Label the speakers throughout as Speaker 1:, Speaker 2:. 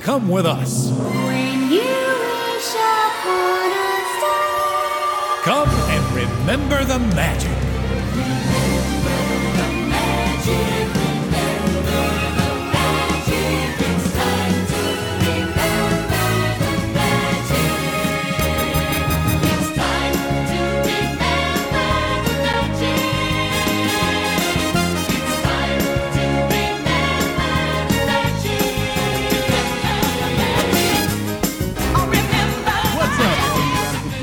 Speaker 1: Come with us.
Speaker 2: When you wish upon a star,
Speaker 1: Come and remember the magic.
Speaker 2: magic, remember the magic. It's time to remember the magic. It's time to remember the magic. It's time to remember the magic.
Speaker 3: What's up,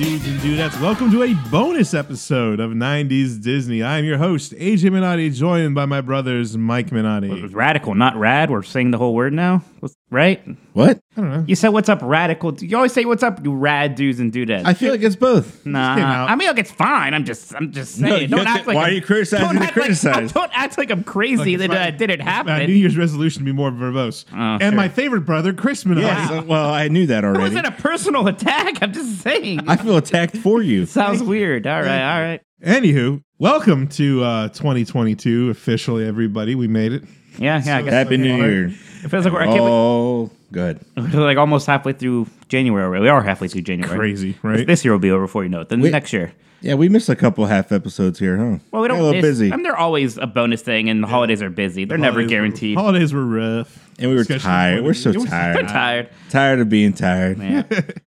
Speaker 3: dudes and dudettes? Welcome to a bonus episode of 90s Disney. I am your host, AJ Minotti, joined by my brothers, Mike
Speaker 4: It was
Speaker 3: Minotti.
Speaker 4: radical, not rad. We're saying the whole word now, What's- right?
Speaker 5: What?
Speaker 3: I don't know.
Speaker 4: You said what's up, radical. You always say what's up, you rad dudes and dudettes.
Speaker 5: I feel like it's both.
Speaker 4: nah,
Speaker 3: came out.
Speaker 4: I mean, look, it's fine. I'm just, I'm just saying.
Speaker 5: you
Speaker 4: don't
Speaker 5: have
Speaker 4: act
Speaker 5: to-
Speaker 4: like
Speaker 5: why
Speaker 4: I'm-
Speaker 5: are you criticizing
Speaker 4: Don't
Speaker 5: to
Speaker 4: act like-
Speaker 5: criticize?
Speaker 4: don't act like I'm crazy
Speaker 3: Look, it's
Speaker 4: that
Speaker 3: my-
Speaker 4: uh, it didn't
Speaker 3: My
Speaker 4: happen.
Speaker 3: New Year's resolution to be more verbose.
Speaker 5: Oh,
Speaker 3: and
Speaker 4: sure.
Speaker 3: my favorite brother, Chris Minotti.
Speaker 5: Yes. uh, Well, I knew that
Speaker 4: it
Speaker 5: already.
Speaker 4: wasn't a personal attack. I'm just saying.
Speaker 5: I feel attacked for you.
Speaker 4: Sounds weird. All right, all right.
Speaker 3: Anywho, welcome to uh, 2022 officially, everybody. We made it.
Speaker 4: Yeah, yeah. I guess
Speaker 5: Happy New Year.
Speaker 4: it feels like we're I can't wait-
Speaker 5: Oh, good.
Speaker 4: we're, like almost halfway through January. already. We are halfway through January.
Speaker 3: Crazy, right?
Speaker 4: This year will be over before you know it. Then
Speaker 5: Wait.
Speaker 4: next year.
Speaker 5: Yeah, we missed a couple half episodes here, huh?
Speaker 4: Well, we
Speaker 5: Got
Speaker 4: don't.
Speaker 5: a little
Speaker 4: it's-
Speaker 5: busy,
Speaker 4: I mean, they're always a bonus thing, and the holidays are busy. They're never
Speaker 3: Holidays were-
Speaker 4: guaranteed.
Speaker 3: holidays were rough.
Speaker 5: and we were
Speaker 3: Especially
Speaker 5: tired.
Speaker 3: when-
Speaker 5: We're so
Speaker 3: it was-
Speaker 4: They're
Speaker 5: tired.
Speaker 4: tired.
Speaker 5: Tired of being tired.
Speaker 4: Yeah.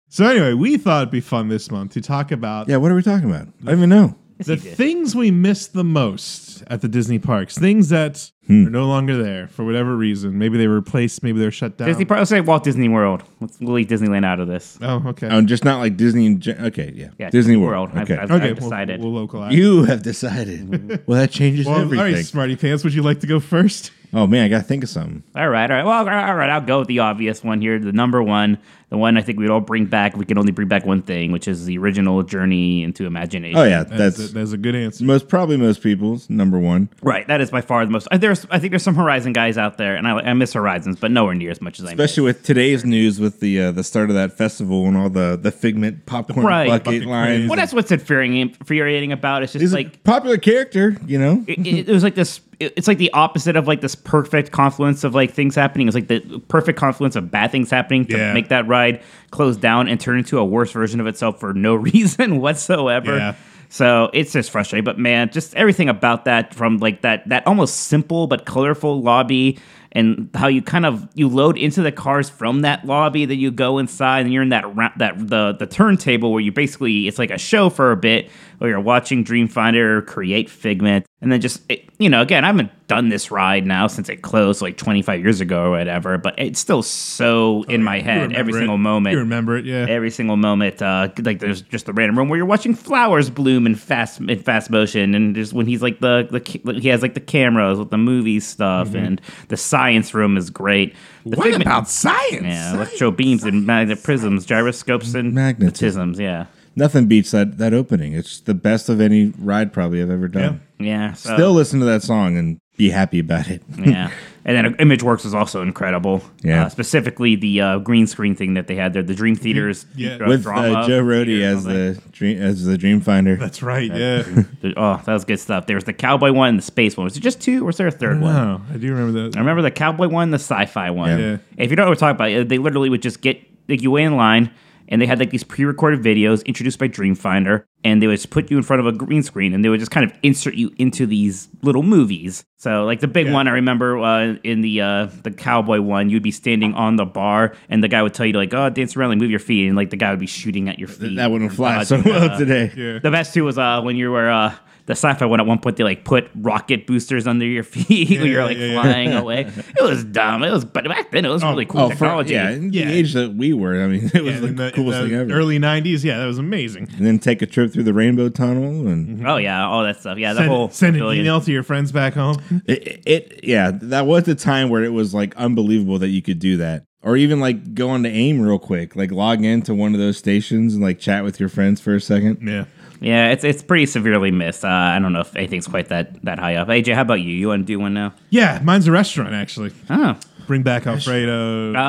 Speaker 3: So anyway, we thought it'd be fun this month to talk about
Speaker 5: Yeah, what are we talking about? I don't even know.
Speaker 3: the things we miss the most at the Disney parks, things that
Speaker 5: Hmm.
Speaker 3: are no longer there for whatever reason. Maybe they were replaced, maybe they're shut down.
Speaker 4: Disney. Park- Let's say Walt Disney World. Let's leave Disneyland out of this.
Speaker 3: Oh, okay.
Speaker 5: Oh, just not like Disney. In gen- okay, yeah.
Speaker 4: Yeah,
Speaker 5: Disney World.
Speaker 4: I've-
Speaker 5: Okay.
Speaker 4: I've- Mm-hmm.
Speaker 3: okay,
Speaker 4: I've decided.
Speaker 3: We'll, we'll localize.
Speaker 5: you have decided. Well, that changes
Speaker 3: well, all
Speaker 5: everything.
Speaker 3: right, Smarty Pants, would you like to go first?
Speaker 5: Oh man, I gotta think of something.
Speaker 4: All right, all right. Well, all right, all right. I'll go with the obvious one here. The number one, the one I think we'd all bring back. We can only bring back one thing, which is the original Journey into Imagination.
Speaker 5: Oh yeah,
Speaker 3: That's,
Speaker 5: that's,
Speaker 3: a, that's a good answer.
Speaker 5: most probably most people's number one.
Speaker 4: Right. That is by far the most. uh, There's, I think there's some Horizon guys out there, and I, I miss Horizons, but nowhere near as much as I miss.
Speaker 5: Especially with today's news, with the uh, the start of that festival and all the the figment popcorn
Speaker 4: Right.
Speaker 5: bucket,
Speaker 3: Bucket
Speaker 5: lines.
Speaker 3: craze.
Speaker 4: Well, that's what's infuriating, infuriating about. it. It's just
Speaker 5: He's
Speaker 4: like
Speaker 5: a popular character, you know.
Speaker 4: it, it- it was like this it- it's like the opposite of like this perfect confluence of like things happening it's like the perfect confluence of bad things happening to
Speaker 3: Yeah.
Speaker 4: make that ride close down and turn into a worse version of itself for no reason whatsoever
Speaker 3: Yeah.
Speaker 4: so it's just frustrating but man just everything about that from like that that almost simple but colorful lobby and how you kind of you load into the cars from that lobby then you go inside and you're in that ra- that the the turntable where you basically it's like a show for a bit where you're watching dreamfinder create figment and then just it, you know again i haven't done this ride now since it closed like 25 years ago or whatever but it's still so in my
Speaker 3: Oh, You
Speaker 4: head
Speaker 3: remember
Speaker 4: every
Speaker 3: it.
Speaker 4: single moment
Speaker 3: You remember it, yeah.
Speaker 4: every single moment. Uh, like there's just the random room where you're watching flowers bloom in fast in fast motion, and there's when he's like the the ca- he has like the cameras with the movie stuff, and the science room is great. The
Speaker 5: Mm-hmm. What about science?
Speaker 4: yeah, electro beams and magnet prisms, gyroscopes and
Speaker 5: Magnetism.
Speaker 4: magnetisms. Yeah,
Speaker 5: Nothing beats that that opening. It's the best of any ride probably I've ever done.
Speaker 4: yeah.
Speaker 3: Uh,
Speaker 4: So,
Speaker 5: Still listen to that song and be happy about it.
Speaker 4: yeah. And then ImageWorks is also incredible.
Speaker 5: Yeah. Mm-hmm.
Speaker 4: Uh, specifically the uh, green screen thing that they had there, the Dream Theaters.
Speaker 3: Yeah.
Speaker 4: dra-
Speaker 5: With
Speaker 4: drama
Speaker 5: uh, Joe Rody
Speaker 4: theater or
Speaker 5: as
Speaker 4: something.
Speaker 5: the dream as the dream finder.
Speaker 3: That's right, yeah.
Speaker 4: The- Oh, that was good stuff. There was the cowboy one and the space one. Was it just two? Or was there a third one?
Speaker 3: wow, I do remember
Speaker 4: I
Speaker 3: that.
Speaker 4: remember the cowboy one, the sci-fi one.
Speaker 3: Yeah.
Speaker 4: If you don't know what we're talking about, uh, they literally would just get like you wait in line, and they had like these pre-recorded videos introduced by Dreamfinder, and they would just put you in front of a green screen, and they would just kind of insert you into these little movies. So like the big one, I remember uh, in the uh, the cowboy one, you'd be standing on the bar, and the guy would tell you like, "Oh, dance around, like move your feet," and like the guy would be shooting at your feet.
Speaker 5: That wouldn't fly
Speaker 4: Uh,
Speaker 5: so well today.
Speaker 3: Yeah.
Speaker 4: the best too was uh, when you were uh, the sci-fi one. At one point, they like put rocket boosters under your feet when you're like
Speaker 3: yeah, yeah.
Speaker 4: flying away. It was dumb. It was, but back then it was really cool
Speaker 5: Oh, for,
Speaker 4: technology.
Speaker 5: yeah, in
Speaker 3: Yeah.
Speaker 5: the age that we were, I mean, it was
Speaker 3: Yeah,
Speaker 5: the,
Speaker 3: in the- in
Speaker 5: coolest
Speaker 3: the
Speaker 5: thing ever.
Speaker 3: Early 90s, yeah, that was amazing.
Speaker 5: and then take a trip through the Rainbow Tunnel and
Speaker 3: Mm-hmm.
Speaker 4: Oh yeah, all that stuff. Yeah, the whole
Speaker 3: Send, send an
Speaker 4: billion-
Speaker 3: email to your friends back home.
Speaker 5: It, it yeah, that was the time where it was like unbelievable that you could do that, or even like go on to AIM real quick, like log into one of those stations and like chat with your friends for a second.
Speaker 3: Yeah.
Speaker 4: Yeah, it's it's pretty severely missed. Uh, I don't know if anything's quite that that high up. AJ, how about you? You want to do one now?
Speaker 3: Yeah, mine's a restaurant, actually.
Speaker 4: Oh,
Speaker 3: Bring back Alfredo.
Speaker 4: uh,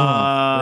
Speaker 4: that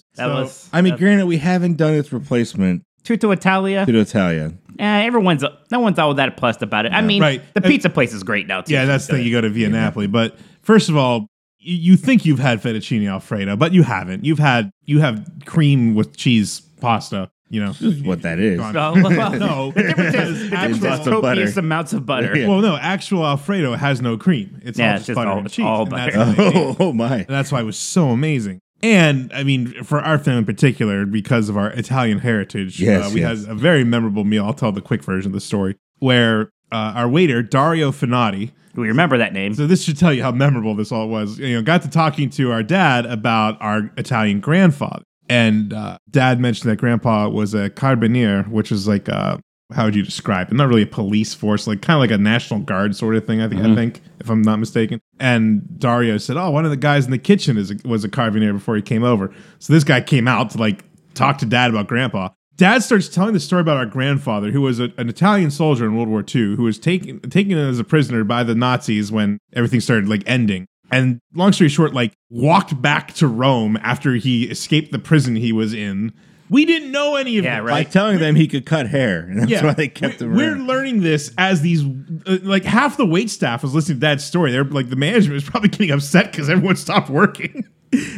Speaker 3: Oh, So,
Speaker 4: was
Speaker 5: Uh, I mean, granted, we haven't done its replacement
Speaker 4: Tutto Italia.
Speaker 5: to Italia.
Speaker 4: Eh, everyone's no one's all that plus about it. I mean,
Speaker 3: Right. Uh,
Speaker 4: the
Speaker 3: And-
Speaker 4: pizza place is great now too.
Speaker 3: yeah, that's the thing. You go to Via Napoli. But first of all, you you think you've had fettuccine alfredo, but you haven't. You've had you have cream with cheese pasta. You know
Speaker 5: This is what that is.
Speaker 3: Gone.
Speaker 4: Oh, well,
Speaker 3: No, that is
Speaker 4: Actual
Speaker 5: It's just the
Speaker 3: actual.
Speaker 5: butter.
Speaker 4: copious amounts of butter.
Speaker 5: Yeah.
Speaker 3: Well, no, actual Alfredo has no cream. It's
Speaker 4: Yeah,
Speaker 3: all
Speaker 4: it's
Speaker 3: just
Speaker 4: just
Speaker 3: butter
Speaker 4: all-
Speaker 3: and
Speaker 4: it's
Speaker 3: cheese.
Speaker 4: all
Speaker 3: and
Speaker 4: butter.
Speaker 3: that's what they make.
Speaker 5: Oh, oh my.
Speaker 3: And that's why it was so amazing. And I mean, for our family in particular, because of our Italian heritage, uh,
Speaker 5: Yes,
Speaker 3: we
Speaker 5: yes.
Speaker 3: had a very memorable meal. I'll tell the quick version of the story where uh, our waiter, Dario Finati,
Speaker 4: We remember that name.
Speaker 3: so this should tell you how memorable this all was. You know, got to talking to our dad about our Italian grandfather, and uh, dad mentioned that grandpa was a carabinier, which is like uh how would you describe it? Not really a police force, like kind of like a national guard sort of thing. I think I think if I'm not mistaken. And Dario said, "Oh, one of the guys in the kitchen is a, was a carabinier before he came over." So this guy came out to like talk to dad about grandpa. Dad starts telling the story about our grandfather, who was a, an Italian soldier in World War II, who was taken taken in as a prisoner by the Nazis when everything started like ending. And long story short, like walked back to Rome after he escaped the prison he was in. We didn't know any of
Speaker 4: Yeah,
Speaker 3: that.
Speaker 4: right.
Speaker 5: By telling them he could cut hair. And that's why they kept
Speaker 3: we,
Speaker 5: him
Speaker 3: We're
Speaker 5: around.
Speaker 3: learning this as these, uh, like half the wait staff was listening to that story. They're like, the management is probably getting upset because everyone stopped working.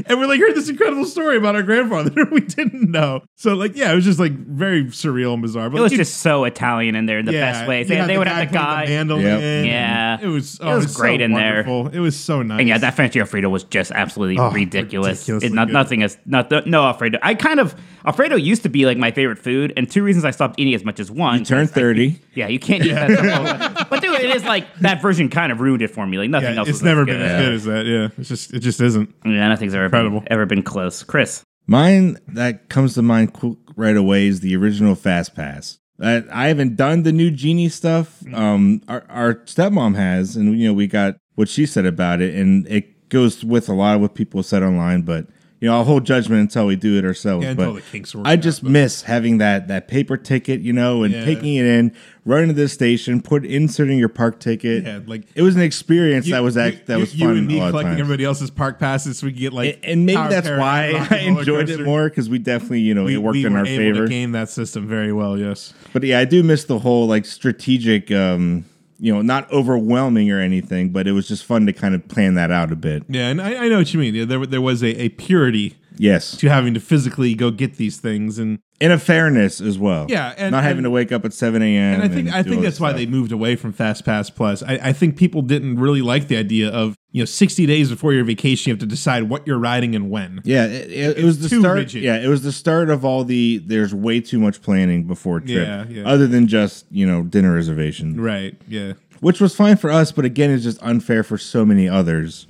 Speaker 3: And we're like, heard this incredible story about our grandfather we didn't know. So like, yeah, it was just like very surreal and bizarre. But
Speaker 4: It was
Speaker 3: you-
Speaker 4: just so Italian in there in the
Speaker 3: yeah,
Speaker 4: best way.
Speaker 3: you
Speaker 4: They,
Speaker 3: had
Speaker 4: they
Speaker 3: the
Speaker 4: would
Speaker 3: guy
Speaker 4: have the
Speaker 3: playing
Speaker 4: guy.
Speaker 3: mandolin.
Speaker 5: Yep.
Speaker 3: and
Speaker 4: Yeah.
Speaker 3: it was. Oh,
Speaker 4: It was great in there.
Speaker 3: there. It was so nice.
Speaker 4: And yeah, that fancy Alfredo was just absolutely
Speaker 3: Oh,
Speaker 4: ridiculous.
Speaker 3: ridiculously
Speaker 4: It, not,
Speaker 3: good.
Speaker 4: nothing is not no Alfredo. I kind of Alfredo used to be like my favorite food, and two reasons I stopped eating as much as one.
Speaker 5: You turned 30.
Speaker 4: yeah, you can't eat that. stuff. but dude, it is like that version kind of ruined it for me. Like nothing
Speaker 3: Yeah,
Speaker 4: else.
Speaker 3: it's
Speaker 4: was as
Speaker 3: never
Speaker 4: good.
Speaker 3: been as good as that. Yeah, it's just it just isn't.
Speaker 4: Yeah, nothing's ever been,
Speaker 3: Incredible.
Speaker 4: ever been close. Chris,
Speaker 5: Mine that comes to mind quick right away is the original Fast Pass. I, I haven't done the new Genie stuff.
Speaker 3: Mm.
Speaker 5: Um, our, our stepmom has, and you know we got what she said about it, and it goes with a lot of what people said online. But you know, I'll hold judgment until we do it ourselves.
Speaker 3: Yeah, until
Speaker 5: but
Speaker 3: the kinks are
Speaker 5: I
Speaker 3: worked
Speaker 5: just
Speaker 3: out, but-
Speaker 5: miss having that that paper ticket, you know, and
Speaker 3: Yeah.
Speaker 5: taking it in, running to this station, put inserting your park ticket.
Speaker 3: Yeah, like-
Speaker 5: it was an experience that was
Speaker 3: You-
Speaker 5: act, that
Speaker 3: you-
Speaker 5: was
Speaker 3: you
Speaker 5: fun.
Speaker 3: and me
Speaker 5: all the
Speaker 3: collecting
Speaker 5: time.
Speaker 3: everybody else's park passes so we could get like
Speaker 5: And- and maybe
Speaker 3: Power
Speaker 5: that's
Speaker 3: Parent,
Speaker 5: why
Speaker 3: Rock
Speaker 5: I
Speaker 3: and Roller
Speaker 5: enjoyed it
Speaker 3: Coaster.
Speaker 5: more because we definitely, you know,
Speaker 3: We
Speaker 5: it worked
Speaker 3: we
Speaker 5: in
Speaker 3: were
Speaker 5: our
Speaker 3: able
Speaker 5: favor.
Speaker 3: To game that system very well. Yes.
Speaker 5: But yeah, I do miss the whole like strategic, um, you know, not overwhelming or anything, but it was just fun to kind of plan that out a bit.
Speaker 3: Yeah, and I, I know what you mean. Yeah, there there was a, a purity
Speaker 5: Yes,
Speaker 3: to having to physically go get these things, and
Speaker 5: in a fairness as well.
Speaker 3: Yeah, and-
Speaker 5: not having
Speaker 3: and-
Speaker 5: to wake up at seven a.m.
Speaker 3: and I think I
Speaker 5: do all
Speaker 3: think
Speaker 5: this
Speaker 3: that's why
Speaker 5: stuff.
Speaker 3: they moved away from Fast Pass Plus. I, I think people didn't really like the idea of you know sixty days before your vacation you have to decide what you're riding and when.
Speaker 5: Yeah, it, it, it was the
Speaker 3: too
Speaker 5: start.
Speaker 3: rigid.
Speaker 5: Yeah, it was the start of all the. There's way too much planning before trip.
Speaker 3: Yeah, yeah.
Speaker 5: Other than just you know dinner reservation,
Speaker 3: Right. Yeah.
Speaker 5: which was fine for us, but again, it's just unfair for so many others.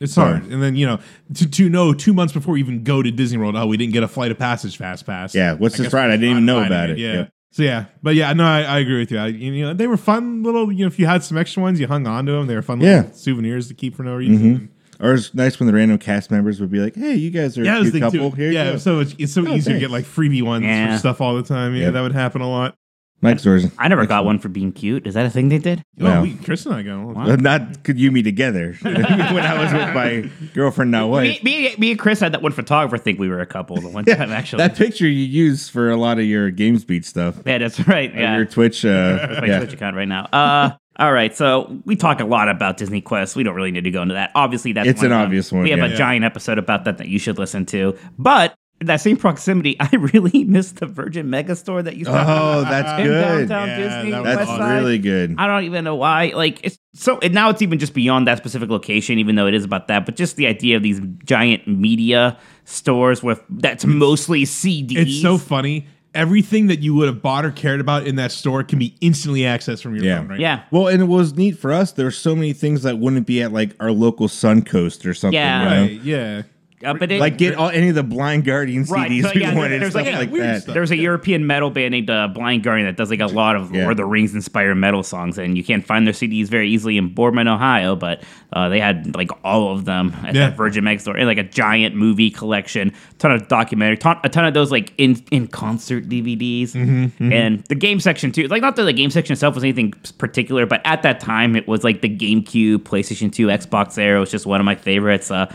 Speaker 3: It's hard, and then you know to, to know two months before you even go to Disney World. Oh, we didn't get a flight of passage Fast Pass.
Speaker 5: Yeah, what's
Speaker 3: I
Speaker 5: this
Speaker 3: guess
Speaker 5: ride? I didn't even
Speaker 3: I'm
Speaker 5: know
Speaker 3: finding
Speaker 5: about it.
Speaker 3: Yeah.
Speaker 5: Yeah.
Speaker 3: So yeah, but yeah, no, I, I agree with you. I, you know, they were fun little. You know, if you had some extra ones, you hung on to them. They were fun
Speaker 5: Yeah. Mm-hmm.
Speaker 3: little souvenirs to keep for no reason.
Speaker 5: Or it's nice when the random cast members would be like, "Hey, you guys are
Speaker 3: Yeah, that
Speaker 5: a
Speaker 3: was
Speaker 5: cute
Speaker 3: the thing
Speaker 5: couple
Speaker 3: too.
Speaker 5: here." you
Speaker 3: yeah,
Speaker 5: go."
Speaker 3: so it's, it's so
Speaker 5: Oh,
Speaker 3: easy to get
Speaker 5: thanks.
Speaker 3: like freebie ones
Speaker 4: Yeah.
Speaker 3: for stuff all the time. Yeah,
Speaker 5: Yeah.
Speaker 3: that would happen a lot.
Speaker 5: Mike's doors.
Speaker 4: I never got one for being cute. Is that a thing they did?
Speaker 5: Wow.
Speaker 3: Oh, we, Chris and I got one.
Speaker 5: Uh, Not could you me together when I was with my girlfriend, now
Speaker 4: Me,
Speaker 5: wife.
Speaker 4: me, me and Chris had that one photographer think we were a couple the one time actually.
Speaker 5: That picture you use for a lot of your games beat stuff,
Speaker 4: yeah, that's right.
Speaker 5: yeah.
Speaker 4: Yeah.
Speaker 5: your Twitch. Uh,
Speaker 4: my
Speaker 5: yeah.
Speaker 4: Twitch account right now. Uh, all right, so we talk a lot about Disney Quest. We don't really need to go into that. Obviously, that's
Speaker 5: It's
Speaker 4: one
Speaker 5: an
Speaker 4: of them.
Speaker 5: obvious one,
Speaker 4: We have
Speaker 5: yeah.
Speaker 4: a
Speaker 5: Yeah.
Speaker 4: giant episode about that that you should listen to. But in that same proximity, I really miss the Virgin Megastore that you saw
Speaker 5: Oh, that's
Speaker 4: in
Speaker 5: good.
Speaker 4: downtown
Speaker 3: Yeah,
Speaker 4: Disney.
Speaker 3: that was
Speaker 5: That's
Speaker 4: West Side.
Speaker 5: really good.
Speaker 4: I don't even know why. Like it's so and now it's even just beyond that specific location, even though it is about that. But just the idea of these giant media stores with that's mostly CDs.
Speaker 3: It's so funny. Everything that you would have bought or cared about in that store can be instantly accessed from your
Speaker 5: Yeah.
Speaker 3: phone. Right?
Speaker 4: yeah.
Speaker 5: Well, and it was neat for us. There were so many things that wouldn't be at like our local Suncoast or something.
Speaker 4: Yeah.
Speaker 5: you know?
Speaker 3: Right. Yeah.
Speaker 4: Uh, but it,
Speaker 5: Like get all any of the Blind Guardian
Speaker 4: Right,
Speaker 5: CDs
Speaker 4: so, yeah,
Speaker 5: we wanted,
Speaker 4: there's
Speaker 5: stuff
Speaker 4: like-
Speaker 5: like,
Speaker 4: yeah,
Speaker 3: weird
Speaker 5: that.
Speaker 3: stuff.
Speaker 4: There's a European metal band named uh, Blind Guardian that does like a lot of
Speaker 5: Yeah.
Speaker 4: Lord of the Rings inspired metal songs, and you can't find their CDs very easily in Boardman, Ohio. But uh, they had like all of them at
Speaker 3: Yeah.
Speaker 4: that Virgin Megastore, and like a giant movie collection, ton of documentary, ton, a ton of those like in in concert DVDs, and the game section too. Like not that the game section itself was anything particular, but at that time it was like the GameCube, PlayStation Two, Xbox Era was just one of my favorites. Uh,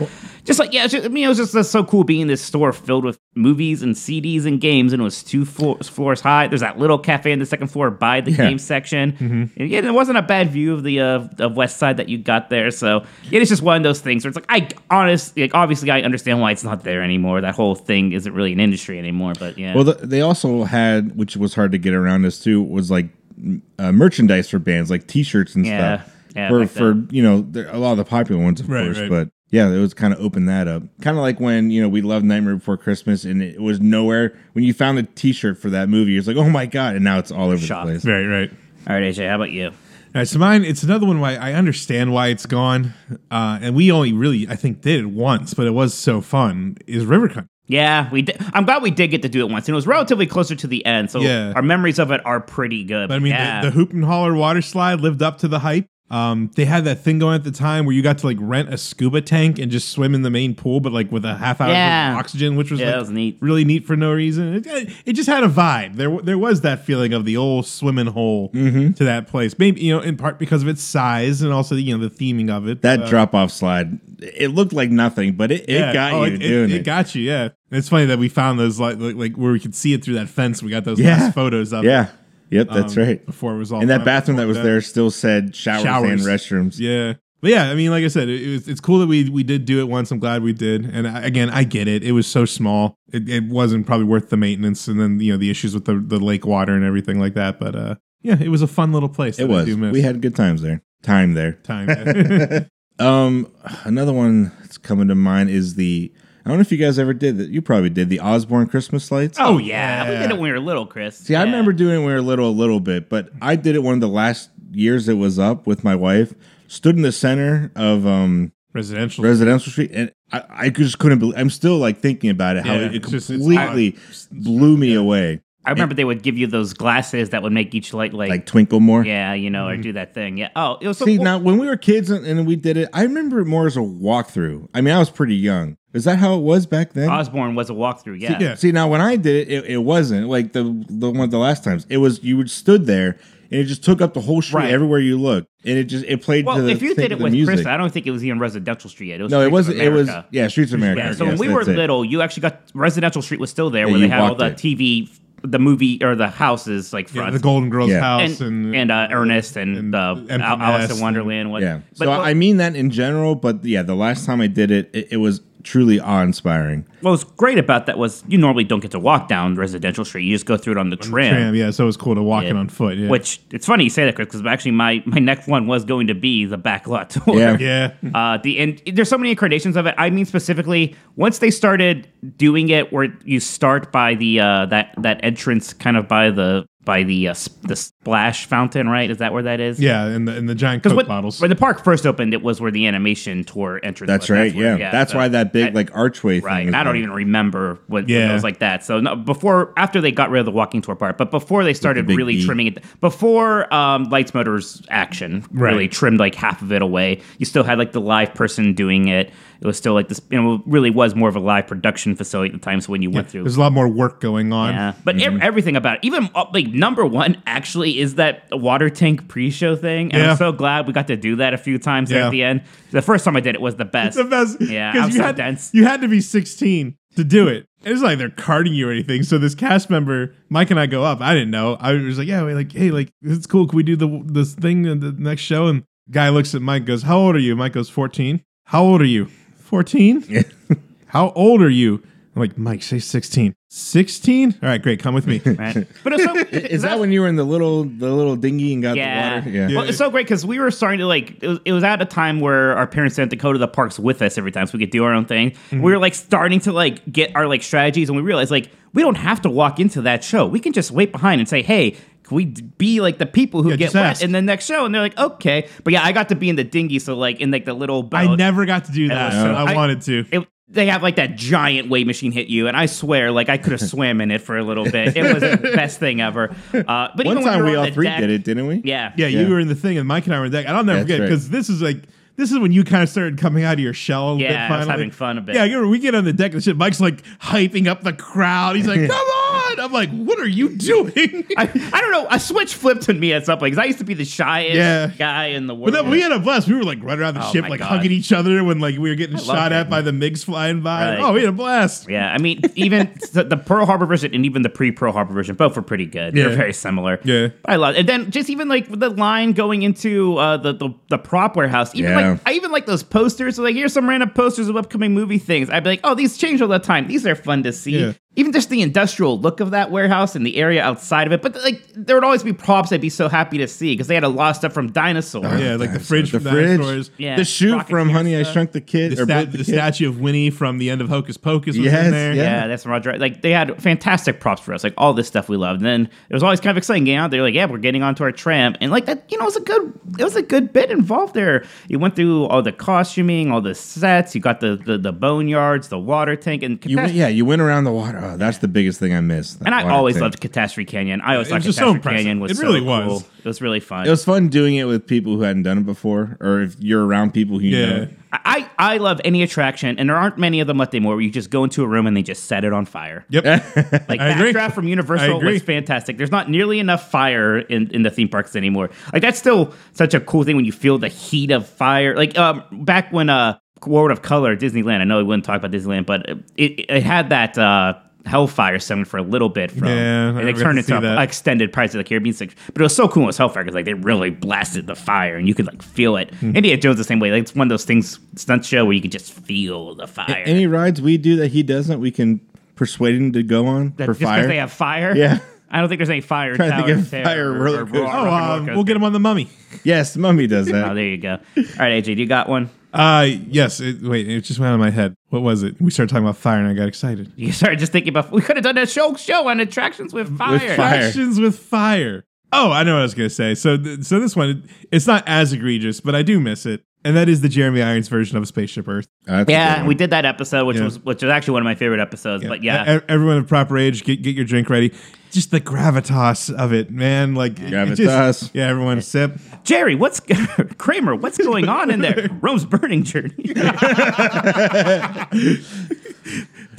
Speaker 4: just like yeah, it's just, I mean, it was just that's so cool being in this store filled with movies and CDs and games, and it was two floors, floors high. There's that little cafe in the second floor by the
Speaker 5: Yeah.
Speaker 4: game section. And yeah, it wasn't a bad view of the uh, of West Side that you got there. So yeah, it's just one of those things where it's like I honestly, like obviously, I understand why it's not there anymore. That whole thing isn't really an industry anymore. But yeah,
Speaker 5: Well, th they also had, which was hard to get around us too, was like m- uh, merchandise for bands, like T-shirts and
Speaker 4: Yeah.
Speaker 5: stuff.
Speaker 4: Yeah,
Speaker 5: for
Speaker 4: like
Speaker 5: for you know there, a lot of the popular ones, of
Speaker 3: Right,
Speaker 5: course,
Speaker 3: right.
Speaker 5: but. Yeah, it was kind of open that up. Kind of like when, you know, we loved Nightmare Before Christmas and it was nowhere. When you found the t shirt for that movie, it's like, oh my God. And now it's all over
Speaker 4: Shocked.
Speaker 5: the place.
Speaker 3: Right, right.
Speaker 4: all right, AJ, how about you?
Speaker 3: All right, so mine, it's another one why I understand why it's gone. Uh, and we only really, I think, did it once, but it was so fun, is River Country.
Speaker 4: Yeah, we. Did, I'm glad we did get to do it once, and it was relatively closer to the end, so
Speaker 3: Yeah.
Speaker 4: our memories of it are pretty good.
Speaker 3: But I mean,
Speaker 4: yeah.
Speaker 3: the, the hoop and holler water slide lived up to the hype. Um, they had that thing going at the time where you got to like rent a scuba tank and just swim in the main pool, but like with a half hour
Speaker 4: Yeah.
Speaker 3: of oxygen, which was,
Speaker 4: Yeah,
Speaker 3: like,
Speaker 4: that was neat.
Speaker 3: really neat for no reason. It, it just had a vibe. There, w- there was that feeling of the old swimming hole to that place. Maybe you know, in part because of its size and also you know the theming of it.
Speaker 5: That
Speaker 3: Uh,
Speaker 5: drop off slide, it looked like nothing, but it,
Speaker 3: yeah.
Speaker 5: it got
Speaker 3: Oh,
Speaker 5: you doing it.
Speaker 3: It got you, yeah. And it's funny that we found those like, like like where we could see it through that fence. We got those
Speaker 5: Yeah.
Speaker 3: last photos of
Speaker 5: yeah. Yep,
Speaker 3: it,
Speaker 5: that's
Speaker 3: um,
Speaker 5: right.
Speaker 3: Before it was all
Speaker 5: And that
Speaker 3: done.
Speaker 5: bathroom that was
Speaker 3: Yeah.
Speaker 5: there still said showers, and
Speaker 3: Showers.
Speaker 5: restrooms.
Speaker 3: Yeah. But yeah, I mean, like I said, it, it was, it's cool that we we did do it once. I'm glad we did. And I, again, I get it. It was so small. It, it wasn't probably worth the maintenance and then, you know, the issues with the, the lake water and everything like that. But uh, yeah, it was a fun little place.
Speaker 5: It
Speaker 3: that I
Speaker 5: was.
Speaker 3: do miss.
Speaker 5: We had good times there. Time there.
Speaker 3: time. yeah.
Speaker 5: Um, another one that's coming to mind is the. I don't know if you guys ever did that. You probably did the Osborne Christmas lights.
Speaker 4: oh yeah, we did
Speaker 3: yeah.
Speaker 4: it when we were little, Chris.
Speaker 5: See, I
Speaker 4: Yeah.
Speaker 5: remember doing it when we were little a little bit, but I did it one of the last years it was up with my wife. Stood in the center of um
Speaker 3: Residential.
Speaker 5: residential street, and I, I just couldn't believe. I'm still like thinking about it. How
Speaker 3: Yeah,
Speaker 5: it, it
Speaker 3: it's just- it's
Speaker 5: completely blew me away.
Speaker 4: I remember they would give you those glasses that would make each light like,
Speaker 5: Like twinkle more.
Speaker 4: yeah, you know, or do that thing. Yeah. Oh, it was so
Speaker 5: See
Speaker 4: cool.
Speaker 5: now, when we were kids and, and we did it, I remember it more as a walkthrough. I mean, I was pretty young. Is that how it was back then?
Speaker 4: Osborne was a walkthrough. Yeah.
Speaker 3: yeah.
Speaker 5: See now, when I did it, it, it wasn't like the the one the last times. It was you would stood there and it just took up the whole street
Speaker 4: Right.
Speaker 5: everywhere you looked, and it just it played. to
Speaker 4: Well,
Speaker 5: the
Speaker 4: if you
Speaker 5: thing
Speaker 4: did it
Speaker 5: of the
Speaker 4: with
Speaker 5: music.
Speaker 4: Chris, I don't think it was even residential street yet. It was
Speaker 5: no,
Speaker 4: Streets
Speaker 5: it
Speaker 4: of
Speaker 5: wasn't. It was
Speaker 4: America.
Speaker 5: yeah, Streets of America.
Speaker 4: Yeah, so
Speaker 5: yes,
Speaker 4: when we were
Speaker 5: that's it.
Speaker 4: little, you actually got residential street was still there
Speaker 5: Yeah,
Speaker 4: where
Speaker 5: you
Speaker 4: they had all
Speaker 5: walked
Speaker 4: the
Speaker 5: it.
Speaker 4: TV, the movie or the houses like
Speaker 3: Yeah,
Speaker 4: front.
Speaker 3: the Golden Girls
Speaker 5: Yeah.
Speaker 3: house
Speaker 4: and
Speaker 3: and,
Speaker 4: and, uh, Ernest and,
Speaker 3: and
Speaker 4: uh,
Speaker 3: Empty
Speaker 4: Al- Alice in
Speaker 3: Nest
Speaker 4: Wonderland. what-
Speaker 5: yeah.
Speaker 4: But
Speaker 5: so
Speaker 4: what,
Speaker 5: I mean that in general, but yeah, the last time I did it, it, it was truly awe inspiring.
Speaker 4: what was great about that was you normally don't get to walk down residential street. You just go through it on the tram.
Speaker 3: tram. Yeah, so it was cool to walk it
Speaker 4: Yeah.
Speaker 3: on foot. Yeah.
Speaker 4: Which it's funny you say that, Chris, because actually my, my next one was going to be the backlot tour.
Speaker 5: Yeah.
Speaker 3: yeah.
Speaker 4: Uh, the and there's so many incarnations of it. I mean, specifically, once they started doing it, where you start by the uh, that that entrance, kind of by the by the uh, s- the splash fountain, right? Is that where that is?
Speaker 3: Yeah, and the, and the giant
Speaker 4: Because
Speaker 3: Coke
Speaker 4: when,
Speaker 3: bottles.
Speaker 4: when the park first opened, it was where the animation tour entrance.
Speaker 5: That's
Speaker 4: was.
Speaker 5: right.
Speaker 4: where-
Speaker 5: yeah. that's
Speaker 4: so-
Speaker 5: why that big
Speaker 4: I-
Speaker 5: like archway
Speaker 4: Right.
Speaker 5: thing.
Speaker 4: And
Speaker 5: is
Speaker 4: I don't
Speaker 5: there.
Speaker 4: even remember when, when
Speaker 3: Yeah.
Speaker 4: it was like that. So no, before, after they got rid of the walking tour part, but before they started
Speaker 5: big
Speaker 4: really
Speaker 5: B.
Speaker 4: trimming it, before um, Lights Motors action really
Speaker 3: Right.
Speaker 4: trimmed like half of it away, you still had like the live person doing it. It was still like this, you know, it really was more of a live production facility at the time. So when you went through.
Speaker 3: There's a lot more work going on.
Speaker 4: Yeah, but ev-
Speaker 5: Mm-hmm.
Speaker 4: everything about it, even uh, like number one, actually is that water tank pre-show thing, and
Speaker 3: Yeah.
Speaker 4: I'm so glad we got to do that a few times there
Speaker 3: Yeah.
Speaker 4: at the end. The first time I did it was the best.
Speaker 3: the best.
Speaker 4: Yeah,
Speaker 3: 'cause
Speaker 4: I'm
Speaker 3: you
Speaker 4: so
Speaker 3: had,
Speaker 4: dense.
Speaker 3: You had to be 16 to do it. It's not like they're carding you or anything. So this cast member, Mike and I go up. I didn't know. I was like, yeah, we like, hey, like it's cool. Can we do the this thing in the next show? And guy looks at Mike, goes, how old are you? Mike goes, 14. How old are you? 14. how old are you? I'm like, Mike, say 16. 16. All right, great. Come with me.
Speaker 4: Right. But it's so,
Speaker 5: Is that when you were in the little the little dinghy and got
Speaker 4: Yeah.
Speaker 5: the water? Yeah.
Speaker 4: Well, it's so great because we were starting to like, it was, it was at a time where our parents didn't have to go to the parks with us every time so we could do our own thing.
Speaker 5: Mm-hmm.
Speaker 4: We were like starting to like get our like strategies and we realized like, we don't have to walk into that show. We can just wait behind and say, hey, can we d- be like the people who
Speaker 3: Yeah,
Speaker 4: get
Speaker 3: just
Speaker 4: wet
Speaker 3: ask.
Speaker 4: in the next show? And they're like, okay. But yeah, I got to be in the dinghy. So like in like the little boat.
Speaker 3: I never got to do that.
Speaker 4: was so-
Speaker 3: I,
Speaker 4: I-
Speaker 3: wanted to.
Speaker 4: It, they have like that giant wave machine hit you, and I swear, like I could have swam in it for a little bit. It was the best thing ever. Uh, but
Speaker 5: One
Speaker 4: even when
Speaker 5: time
Speaker 4: were
Speaker 5: we
Speaker 4: on
Speaker 5: all
Speaker 4: the
Speaker 5: three
Speaker 4: deck-
Speaker 5: did it, didn't we?
Speaker 4: Yeah,
Speaker 3: Yeah,
Speaker 5: Yeah.
Speaker 3: you were in the thing, and Mike and I were in the deck. And I'll never
Speaker 5: That's
Speaker 3: forget
Speaker 5: right.
Speaker 3: because this is like this is when you kind of started coming out of your shell. A little
Speaker 4: Yeah,
Speaker 3: bit
Speaker 4: I was
Speaker 3: finally.
Speaker 4: having fun a bit.
Speaker 3: Yeah, I remember we get on the deck and shit. Mike's like hyping up the crowd. He's like, "Come on, it. I'm like, what are you doing?
Speaker 4: I, I don't know. A switch flipped on me at some point because I used to be the shyest
Speaker 3: Yeah.
Speaker 4: guy in the world.
Speaker 3: But no, we had a blast. We were like running around the
Speaker 4: Oh
Speaker 3: ship,
Speaker 4: my
Speaker 3: like
Speaker 4: God.
Speaker 3: hugging each other when like we were getting
Speaker 4: I love
Speaker 3: shot
Speaker 4: that.
Speaker 3: at by the MiGs flying by.
Speaker 4: Right.
Speaker 3: Oh, we had a blast.
Speaker 4: yeah, I mean, even the the Pearl Harbor version and even the pre-Pearl Harbor version, both were pretty good.
Speaker 3: Yeah.
Speaker 4: They're very similar.
Speaker 3: Yeah.
Speaker 4: I love, and then just even like the line going into uh, the, the the prop warehouse. Even
Speaker 5: Yeah.
Speaker 4: like I even like those posters. So like here's some random posters of upcoming movie things. I'd be like, oh, these change all the time. These are fun to see.
Speaker 3: Yeah.
Speaker 4: Even just the industrial look of that warehouse and the area outside of it. But like there would always be props I'd be so happy to see because they had a lot of stuff from dinosaurs.
Speaker 3: Yeah, like the fridge
Speaker 5: the
Speaker 3: from
Speaker 5: fridge,
Speaker 3: Dinosaurs.
Speaker 4: Yeah.
Speaker 5: the shoot
Speaker 4: Rocket
Speaker 5: from
Speaker 4: Gear
Speaker 5: Honey, I
Speaker 4: stuff.
Speaker 5: Shrunk the Kid,
Speaker 3: The,
Speaker 5: or
Speaker 3: sta-
Speaker 5: Built
Speaker 3: the
Speaker 5: Kid.
Speaker 3: statue of Winnie from the end of Hocus Pocus was
Speaker 5: Yes,
Speaker 3: in there.
Speaker 5: yeah.
Speaker 4: Yeah, that's from Roger. Like they had fantastic props for us. Like all this stuff we loved. And then it was always kind of exciting getting out there. Like, yeah, we're getting onto our tram, and like that, you know, it was a good, it was a good bit involved there. You went through all the costuming, all the sets. You got the the, the boneyards, the water tank, and
Speaker 5: You went,
Speaker 4: Catastrophe-
Speaker 5: yeah, you went around the water. Oh, that's the biggest thing I missed.
Speaker 4: And I always loved Catastrophe Canyon. I always
Speaker 3: It
Speaker 4: thought
Speaker 3: was just so
Speaker 4: Catastrophe
Speaker 3: impressive.
Speaker 4: Canyon was
Speaker 3: It really
Speaker 4: so
Speaker 3: was.
Speaker 4: cool. It was really fun.
Speaker 5: It was fun doing it with people who hadn't done it before, or if you're around people who you
Speaker 3: Yeah.
Speaker 5: know.
Speaker 4: I I love any attraction, and there aren't many of them left anymore. Where you just go into a room and they just set it on fire.
Speaker 3: Yep.
Speaker 4: Like
Speaker 3: I agree.
Speaker 4: Backdraft from
Speaker 3: I
Speaker 4: Universal
Speaker 3: agree.
Speaker 4: was fantastic. There's not nearly enough fire in, in the theme parks anymore. Like that's still such a cool thing when you feel the heat of fire. Like um, back when uh, World of Color Disneyland. I know we wouldn't talk about Disneyland, but it, it had that uh, Hellfire summon for a little bit from,
Speaker 3: Yeah, I
Speaker 4: and
Speaker 3: never
Speaker 4: it
Speaker 3: got
Speaker 4: turned
Speaker 3: to see
Speaker 4: into
Speaker 3: that.
Speaker 4: an extended Pirates of the Caribbean section. But it was so cool with Hellfire because like they really blasted the fire and you could like feel it.
Speaker 3: Hmm.
Speaker 4: Indiana Jones the same way. Like it's one of those things stunt show where you can just feel the fire.
Speaker 5: Any rides we do that he doesn't, we can persuade him to go on
Speaker 4: That-
Speaker 5: for
Speaker 4: just because
Speaker 5: fire.
Speaker 4: they have fire.
Speaker 5: Yeah.
Speaker 4: I don't think there's any fire.
Speaker 5: Trying to
Speaker 4: Tower
Speaker 5: think of
Speaker 4: there
Speaker 5: fire
Speaker 4: or-
Speaker 5: roller
Speaker 4: or
Speaker 5: coaster.
Speaker 4: rock-
Speaker 3: oh,
Speaker 4: rock and
Speaker 3: um,
Speaker 4: roller
Speaker 3: we'll get him on the mummy.
Speaker 5: yes, Mummy does
Speaker 4: coaster. Oh,
Speaker 5: that.
Speaker 4: there you go. All right, AJ, do you got one?
Speaker 3: Uh, yes. It, wait, it just went out of my head. What was it? We started talking about fire, and I got excited.
Speaker 4: You started just thinking about. We could have done a show show on attractions with fire.
Speaker 5: fire.
Speaker 3: Attractions with fire. Oh, I know what I was gonna say. So, th- so this one, it's not as egregious, but I do miss it, and that is the Jeremy Irons version of Spaceship Earth.
Speaker 5: That's a good
Speaker 4: Yeah,
Speaker 5: one.
Speaker 4: we did that episode, which
Speaker 3: Yeah.
Speaker 4: was which was actually one of my favorite episodes. But yeah,
Speaker 3: E- e- everyone of proper age, get get your drink ready. Just the gravitas of it, man. Like it- it just-
Speaker 5: Gravitas.
Speaker 3: yeah, everyone sip.
Speaker 4: Jerry, what's Kramer? What's going on in there? Rome's burning, Jerry.
Speaker 3: The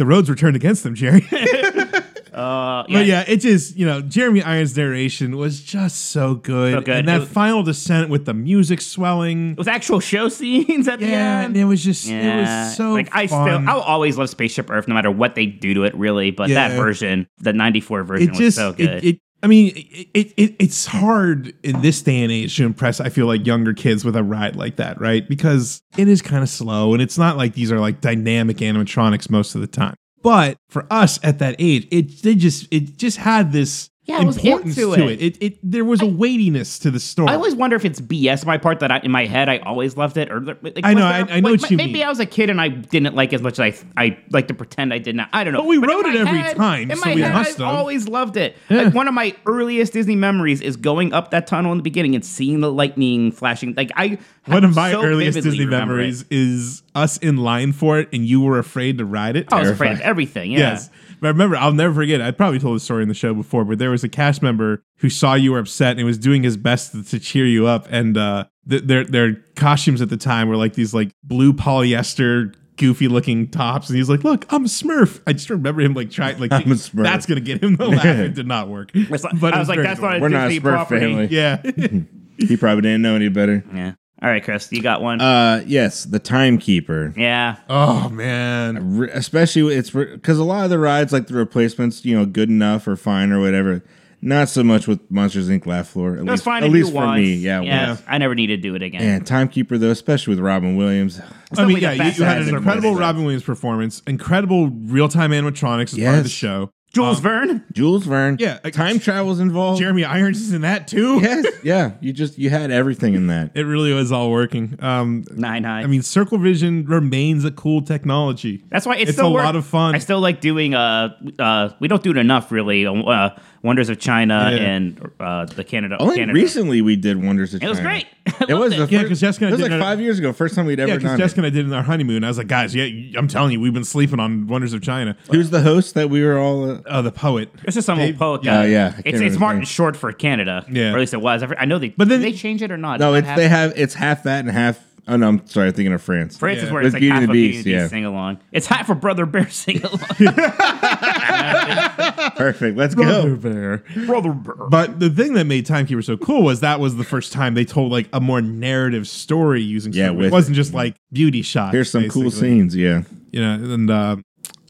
Speaker 3: roads were turned against them, Jerry.
Speaker 4: Uh,
Speaker 3: But yeah, it just you know Jeremy Irons' narration was just so good,
Speaker 4: So good.
Speaker 3: and that
Speaker 4: It was-
Speaker 3: final descent with the music swelling.
Speaker 4: With actual show scenes at the
Speaker 3: Yeah,
Speaker 4: end.
Speaker 3: and it was just it was so
Speaker 4: like I
Speaker 3: fun.
Speaker 4: still I'll always love Spaceship Earth no matter what they do to it really but that
Speaker 3: Yeah.
Speaker 4: version the 94 version
Speaker 3: it just
Speaker 4: was so
Speaker 3: it-
Speaker 4: good
Speaker 3: It, I mean, it, it, it it's hard in this day and age to impress. I feel like younger kids with a ride like that, right? Because it is kind of slow, and it's not like these are like dynamic animatronics most of the time. But for us at that age, it they just it just had this
Speaker 4: Yeah, it was
Speaker 3: importance
Speaker 4: into
Speaker 3: to it.
Speaker 4: it.
Speaker 3: it. It there was a weightiness to the story.
Speaker 4: I always wonder if it's BS on my part that I, in my head I always loved it, or like,
Speaker 3: I know,
Speaker 4: was
Speaker 3: I- I know
Speaker 4: like,
Speaker 3: what you
Speaker 4: maybe
Speaker 3: mean.
Speaker 4: I was a kid and I didn't like it as much as I I like to pretend I did not. I don't know.
Speaker 3: But we
Speaker 4: in
Speaker 3: wrote it
Speaker 4: my
Speaker 3: every
Speaker 4: head-
Speaker 3: time,
Speaker 4: In
Speaker 3: so
Speaker 4: my
Speaker 3: we
Speaker 4: head,
Speaker 3: must
Speaker 4: I
Speaker 3: have.
Speaker 4: always loved it.
Speaker 3: Yeah.
Speaker 4: Like one of my earliest Disney memories is going up that tunnel in the beginning and seeing the lightning flashing. Like I
Speaker 3: one of my
Speaker 4: so
Speaker 3: earliest
Speaker 4: vividly
Speaker 3: Disney
Speaker 4: remember it.
Speaker 3: memories is us in line for it, and you were afraid to ride it.
Speaker 4: I was afraid of everything. Yeah.
Speaker 3: Yes. But I remember, I'll never forget. I probably told the story in the show before, but there was a cast member who saw you were upset and was doing his best to, to cheer you up. And uh, th- their their costumes at the time were like these like blue polyester, goofy looking tops. And he's like, "Look, I'm a Smurf." I just remember him like trying like
Speaker 5: I'm a Smurf.
Speaker 3: that's gonna get him the laugh. It did not work.
Speaker 4: It's like-
Speaker 3: But
Speaker 4: I
Speaker 3: it
Speaker 4: was like,
Speaker 3: very
Speaker 4: that's
Speaker 3: adorable.
Speaker 4: not a
Speaker 5: We're not a
Speaker 4: Disney
Speaker 5: Smurf
Speaker 4: property.
Speaker 5: family.
Speaker 3: yeah.
Speaker 5: He probably didn't know any better.
Speaker 4: Yeah. All right, Chris, you got one.
Speaker 5: Uh, yes, the timekeeper.
Speaker 4: yeah.
Speaker 3: oh man.
Speaker 5: Re- especially it's because a lot of the rides like the replacements you know good enough or fine or whatever not so much with monsters inc laugh floor at
Speaker 4: It was
Speaker 5: least,
Speaker 4: fine.
Speaker 5: at
Speaker 4: to do
Speaker 5: least for
Speaker 4: once.
Speaker 5: me yeah,
Speaker 4: yeah.
Speaker 5: once.
Speaker 4: I never need to do it again.
Speaker 5: and timekeeper though especially with robin williams
Speaker 3: I mean,
Speaker 4: definitely
Speaker 3: yeah,
Speaker 4: the
Speaker 3: you,
Speaker 4: best
Speaker 3: you had
Speaker 4: ass
Speaker 3: an
Speaker 4: in
Speaker 3: incredible
Speaker 4: movies.
Speaker 3: Robin Williams performance, incredible real time animatronics as part of the
Speaker 5: Yes.
Speaker 3: show.
Speaker 4: Jules
Speaker 5: Um,
Speaker 4: Verne.
Speaker 5: jules verne
Speaker 3: Yeah, like-
Speaker 5: time travel's involved
Speaker 3: Jeremy Irons is in that too.
Speaker 5: yes yeah you just you had everything in that
Speaker 3: It really was all working. Um,
Speaker 4: Nine nine.
Speaker 3: I mean, circle vision remains a cool technology.
Speaker 4: That's why it's,
Speaker 3: It's
Speaker 4: still
Speaker 3: a
Speaker 4: work-
Speaker 3: lot of fun.
Speaker 4: I still like doing. Uh, uh, we don't do it enough, really. Uh, Wonders of China
Speaker 3: Yeah.
Speaker 4: and uh, the Canada.
Speaker 5: only
Speaker 4: Canada.
Speaker 5: recently we did wonders of
Speaker 4: It was
Speaker 5: China.
Speaker 4: great. I
Speaker 5: it was
Speaker 4: loved
Speaker 5: the
Speaker 4: it.
Speaker 3: Yeah,
Speaker 5: fir-
Speaker 3: 'cause Jessica
Speaker 5: it was like
Speaker 3: did it-
Speaker 5: five years ago first time we'd ever
Speaker 3: Yeah, because
Speaker 5: done
Speaker 3: Jessica and
Speaker 5: it
Speaker 3: I did it in our honeymoon. I was like, guys, yeah, I'm telling you, we've been sleeping on Wonders of China.
Speaker 5: who's the host that we were all uh,
Speaker 3: Oh, the poet.
Speaker 4: It's just some old poet
Speaker 5: yeah,
Speaker 4: guy.
Speaker 5: yeah, I can't
Speaker 4: it's,
Speaker 5: remember
Speaker 4: it's
Speaker 5: his
Speaker 4: Martin
Speaker 5: name.
Speaker 4: Short for Canada.
Speaker 3: Yeah.
Speaker 4: or at least it was. I I know they.
Speaker 3: But
Speaker 4: But
Speaker 3: then-
Speaker 4: they change it or not?
Speaker 5: no
Speaker 4: Did
Speaker 5: it's
Speaker 4: that
Speaker 5: they
Speaker 4: happen?
Speaker 5: have it's half that and half Oh no, I'm sorry. I'm thinking of France.
Speaker 4: France is
Speaker 3: Yeah.
Speaker 4: where
Speaker 5: With
Speaker 4: it's like
Speaker 5: Beauty
Speaker 4: half
Speaker 5: and
Speaker 4: a
Speaker 5: the
Speaker 4: Beauty
Speaker 5: Beast,
Speaker 4: and the Beast
Speaker 5: yeah.
Speaker 4: sing along. It's half for Brother Bear sing along.
Speaker 5: Perfect. Let's
Speaker 3: Brother
Speaker 5: go.
Speaker 3: Bear.
Speaker 4: Brother Bear.
Speaker 3: But the thing that made Timekeeper so cool was that was the first time they told like a more narrative story using.
Speaker 5: Yeah,
Speaker 3: story.
Speaker 5: with
Speaker 3: it wasn't just like beauty shots.
Speaker 5: Here's some cool
Speaker 3: basically.
Speaker 5: scenes. Yeah.
Speaker 3: you know, and uh,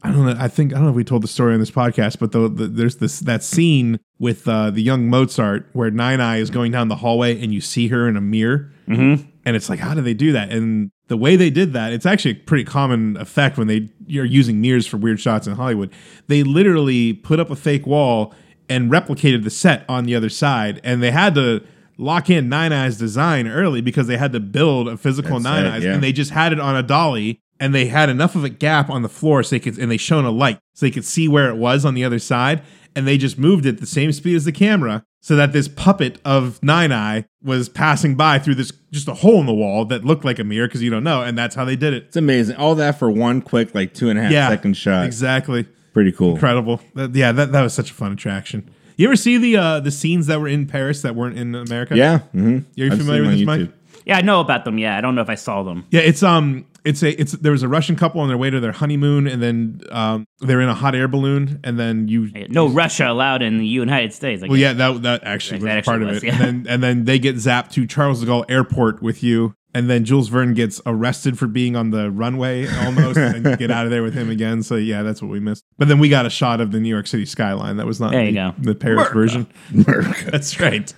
Speaker 3: I don't know. I think I don't know if we told the story on this podcast, but the, the, there's this that scene with uh, the young Mozart where Nine Eye is going down the hallway and you see her in a mirror, mm-hmm. and it's like, how do they do that? And the way they did that, it's actually a pretty common effect when they you're using mirrors for weird shots in Hollywood. They literally put up a fake wall and replicated the set on the other side, and they had to. Lock in Nine Eyes design early because they had to build a physical
Speaker 5: That's
Speaker 3: Nine
Speaker 5: it,
Speaker 3: Eyes,
Speaker 5: yeah.
Speaker 3: and they they just had it on a dolly and they had enough of a gap on the floor so they could and they shone a light so they could see where it was on the other side and they just moved it the same speed as the camera so that this puppet of nine eye was passing by through this just a hole in the wall that looked like a mirror because you don't know and that's how they did it
Speaker 5: It's amazing. All that for one quick, like two and a half second
Speaker 3: yeah
Speaker 5: shot.
Speaker 3: exactly
Speaker 5: Pretty cool.
Speaker 3: incredible That- yeah that, that was such a fun attraction you ever see the uh the scenes that were in paris that weren't in america
Speaker 5: Yeah. Mm-hmm.
Speaker 3: Are you familiar with this, Mike?
Speaker 4: Yeah, I know about them. Yeah, I don't know if I saw them.
Speaker 3: Yeah, it's um, it's a it's there was a Russian couple on their way to their honeymoon, and then um, they're in a hot air balloon, and then you.
Speaker 4: No Russia allowed in the United States. I
Speaker 3: Well,
Speaker 4: guess.
Speaker 3: yeah, that that actually
Speaker 4: That
Speaker 3: was
Speaker 4: actually
Speaker 3: part
Speaker 4: was,
Speaker 3: of it,
Speaker 4: yeah.
Speaker 3: and then and then they get zapped to Charles de Gaulle Airport with you, and then Jules Verne gets arrested for being on the runway almost, and you get out of there with him again. So yeah, that's what we missed. But then we got a shot of the New York City skyline that was not
Speaker 4: There
Speaker 3: in
Speaker 4: you
Speaker 3: the,
Speaker 4: go.
Speaker 3: the Paris version. That's right.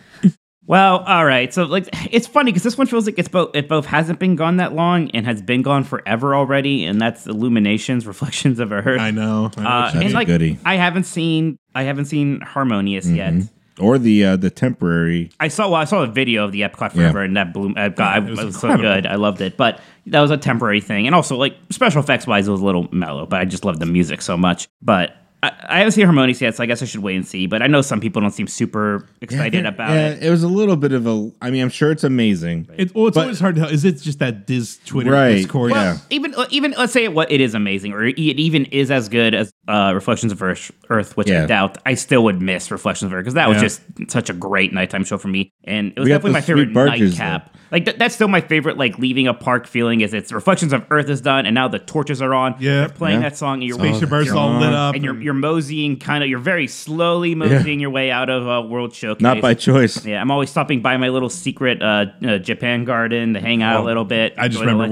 Speaker 4: Well, all right. So, like, it's funny because this one feels like it's both. It both hasn't been gone that long and has been gone forever already. And that's Illuminations, Reflections of Earth.
Speaker 3: I know. I know
Speaker 4: Uh,
Speaker 3: what you
Speaker 5: That's
Speaker 4: and
Speaker 5: a
Speaker 4: like,
Speaker 5: goodie. Mm-hmm.
Speaker 4: I haven't seen. I haven't seen Harmonious yet.
Speaker 5: Or the uh, the temporary.
Speaker 4: I saw well, I saw a video of the Epcot Forever, and that blew. Uh, God, I, it
Speaker 3: was
Speaker 4: was, so
Speaker 3: incredible.
Speaker 4: good. I loved it, but that was a temporary thing, and also like special effects wise, it was a little mellow. But I just loved the music so much. But I, I haven't seen Harmonious yet, so I guess I should wait and see. But I know some people don't seem super excited about
Speaker 5: yeah,
Speaker 4: it.
Speaker 5: it was a little bit of a. I mean, I'm sure it's amazing.
Speaker 3: It, well, it's always hard to tell. Is it just that Diz Twitter
Speaker 5: Right,
Speaker 3: Discord?
Speaker 5: yeah.
Speaker 4: Even uh, even let's say what it is amazing, or it even is as good as uh, Reflections of Earth, Earth which I
Speaker 5: Yeah.
Speaker 4: doubt. I still would miss Reflections of Earth because that was
Speaker 3: Yeah.
Speaker 4: just such a great nighttime show for me, and it was
Speaker 5: We got
Speaker 4: definitely
Speaker 5: the
Speaker 4: my favorite
Speaker 5: sweet barges,
Speaker 4: nightcap. Like th- that's still my favorite. Like leaving a park feeling is it's Reflections of Earth is done, and now the torches are on.
Speaker 3: Yeah.
Speaker 4: they're playing
Speaker 5: Yeah.
Speaker 4: that song, and you're
Speaker 3: Spaceship
Speaker 5: that's
Speaker 3: Earth's all
Speaker 5: wrong.
Speaker 3: lit up.
Speaker 4: and you're you're moseying kind of. You're very slowly moseying your way out of uh, World Showcase.
Speaker 5: Not by choice.
Speaker 4: Yeah, I'm always stopping by my little secret uh, uh, Japan garden to hang out a little bit.
Speaker 3: Oh, I just
Speaker 4: enjoy the
Speaker 3: remember
Speaker 4: light-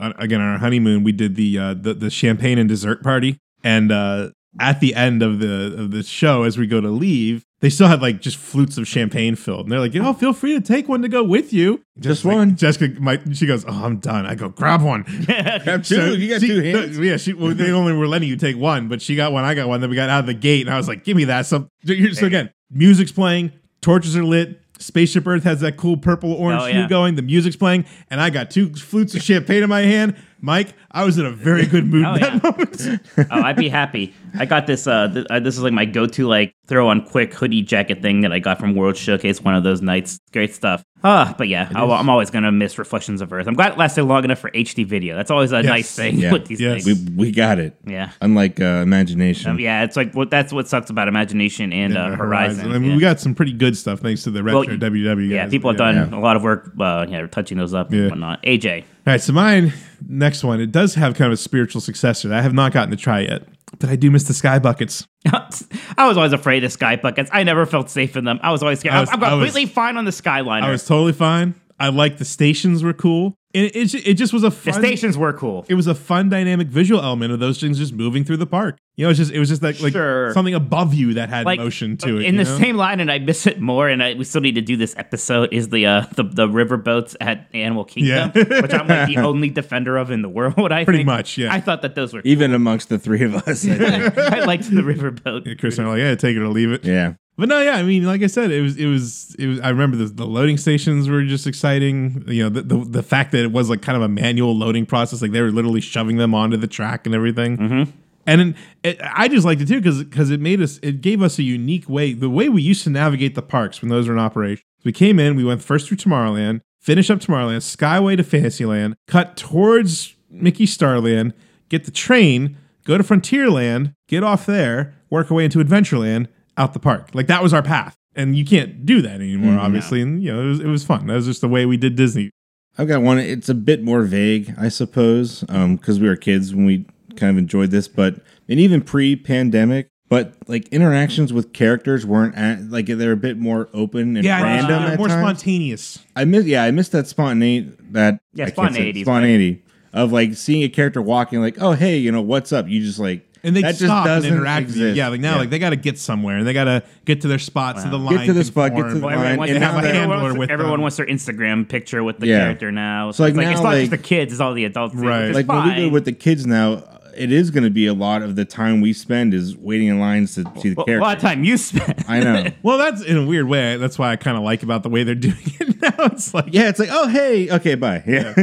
Speaker 3: when uh again on our honeymoon we did the uh the, the champagne and dessert party and uh at the end of the of the show as we go to leave they still had like just flutes of champagne filled and they're like you know feel free to take one to go with you
Speaker 5: Just
Speaker 3: like,
Speaker 5: one.
Speaker 3: Jessica my she goes oh I'm done I go grab one
Speaker 5: Have two.
Speaker 3: So
Speaker 5: you got
Speaker 3: she-
Speaker 5: two
Speaker 3: no,
Speaker 5: hands.
Speaker 3: yeah she well, they only were letting you take one but she got one I got one then we got out of the gate and I was like give me that so, you're- so again music's playing torches are lit. Spaceship Earth has that cool purple orange
Speaker 4: Oh,
Speaker 3: hue
Speaker 4: yeah.
Speaker 3: going, the music's playing, and I got two flutes of champagne in my hand. Mike, I was in a very good mood
Speaker 4: Oh,
Speaker 3: that
Speaker 4: yeah.
Speaker 3: moment.
Speaker 4: oh, I'd be happy. I got this. Uh, th- uh, this is like my go-to like throw on quick hoodie jacket thing that I got from World Showcase one of those nights. Great stuff. Ah, but yeah, I'll, I'm always gonna miss Reflections of Earth. I'm glad it lasted long enough for HD video. That's always a nice thing
Speaker 5: Yeah.
Speaker 4: with these
Speaker 3: Yes.
Speaker 5: We
Speaker 4: things.
Speaker 5: we got it.
Speaker 4: Yeah.
Speaker 5: Unlike uh, imagination.
Speaker 4: Um, yeah, it's like what that's what sucks about Imagination and uh, Horizon.
Speaker 3: I mean,
Speaker 4: yeah.
Speaker 3: we got some pretty good stuff thanks to the Retro
Speaker 4: Well, you-
Speaker 3: WW guys.
Speaker 4: yeah, people have done a lot of work. Uh, yeah, touching those up
Speaker 3: Yeah.
Speaker 4: and whatnot. AJ,
Speaker 3: All right, so mine, next one, it does have kind of a spiritual successor that I have not gotten to try yet, but I do miss the Sky Buckets.
Speaker 4: I was always afraid of sky buckets. I never felt safe in them. I was always scared.
Speaker 3: I was-
Speaker 4: I'm
Speaker 3: I was-
Speaker 4: completely fine on the skyliner.
Speaker 3: I was totally fine. I liked the stations were cool. It, it, ju- it just was a
Speaker 4: the
Speaker 3: fun
Speaker 4: stations were cool.
Speaker 3: it was a fun dynamic visual element of those things just moving through the park. You know, it's just it was just that like
Speaker 4: Sure.
Speaker 3: something above you that had motion to it.
Speaker 4: uh, In
Speaker 3: you
Speaker 4: the
Speaker 3: know?
Speaker 4: same line, and I miss it more, and I, we still need to do this episode. Is the uh, the the river boats at Animal Kingdom,
Speaker 3: Yeah.
Speaker 4: which I'm like the only defender of in the world. I
Speaker 3: Pretty
Speaker 4: think.
Speaker 3: much, yeah.
Speaker 4: I thought that those were.
Speaker 5: Even amongst the three of us. I think.
Speaker 4: I liked the river boat.
Speaker 3: Yeah, Chris and I are like, yeah, take it or leave it.
Speaker 5: yeah.
Speaker 3: But no, yeah, I mean, like I said, it was, it was, it was. I remember the, the loading stations were just exciting. You know, the, the the fact that it was like kind of a manual loading process, like they were literally shoving them onto the track and everything. Mm-hmm. And then it, I just liked it too because it made us, it gave us a unique way, the way we used to navigate the parks when those were in operation. We came in, we went first through Tomorrowland, finish up Tomorrowland, Skyway to Fantasyland, cut towards Mickey Starland, get the train, go to Frontierland, get off there, work our way into Adventureland, out the park. Like that Mm, was our path. And you can't do that anymore, obviously. And you know, it was, it was fun. That was just the way we did Disney.
Speaker 5: I've got one. It's a bit more vague, I suppose, because we were kids when we kind of enjoyed this, but and even pre-pandemic. But like interactions with characters weren't at, like they were a bit more open and
Speaker 3: Yeah,
Speaker 5: random.
Speaker 3: uh,
Speaker 5: at
Speaker 3: more
Speaker 5: times.
Speaker 3: spontaneous.
Speaker 5: I miss yeah, I miss that spontaneity that
Speaker 4: Yeah,
Speaker 5: I can't say-
Speaker 4: spontaneity is
Speaker 5: spontaneity of like seeing a character walking like, "Oh, hey, you know, what's up?" You just like
Speaker 3: And they
Speaker 5: that just
Speaker 3: stop and
Speaker 5: doesn't
Speaker 3: interact with you.
Speaker 5: exist.
Speaker 3: Yeah, like now, like they got to get somewhere and they got to get to their spot so the line.
Speaker 5: Get to the spot, get to
Speaker 3: conforms.
Speaker 5: the
Speaker 4: Well, everyone
Speaker 5: Fine,
Speaker 4: wants,
Speaker 5: and
Speaker 4: to
Speaker 5: have
Speaker 4: have
Speaker 5: a
Speaker 4: everyone
Speaker 3: handler
Speaker 4: wants-
Speaker 3: with
Speaker 4: everyone
Speaker 3: them.
Speaker 4: wants their Instagram picture with the
Speaker 5: Yeah.
Speaker 4: character now. So,
Speaker 5: like
Speaker 4: it's like it's
Speaker 5: now,
Speaker 4: not just the
Speaker 5: like-
Speaker 4: kids; it's all the adults. Right.
Speaker 3: Right.
Speaker 4: Which is
Speaker 5: like
Speaker 4: fine.
Speaker 5: when we do it with the kids now, it is going to be a lot of the time we spend is waiting in lines to see the
Speaker 4: Well, a
Speaker 5: character.
Speaker 4: lot of time you spend.
Speaker 5: I know.
Speaker 3: Well, that's in a weird way. That's why I kind of like about the way they're doing it now. It's like,
Speaker 5: Yeah, it's like, "Oh, hey, okay, bye." Yeah.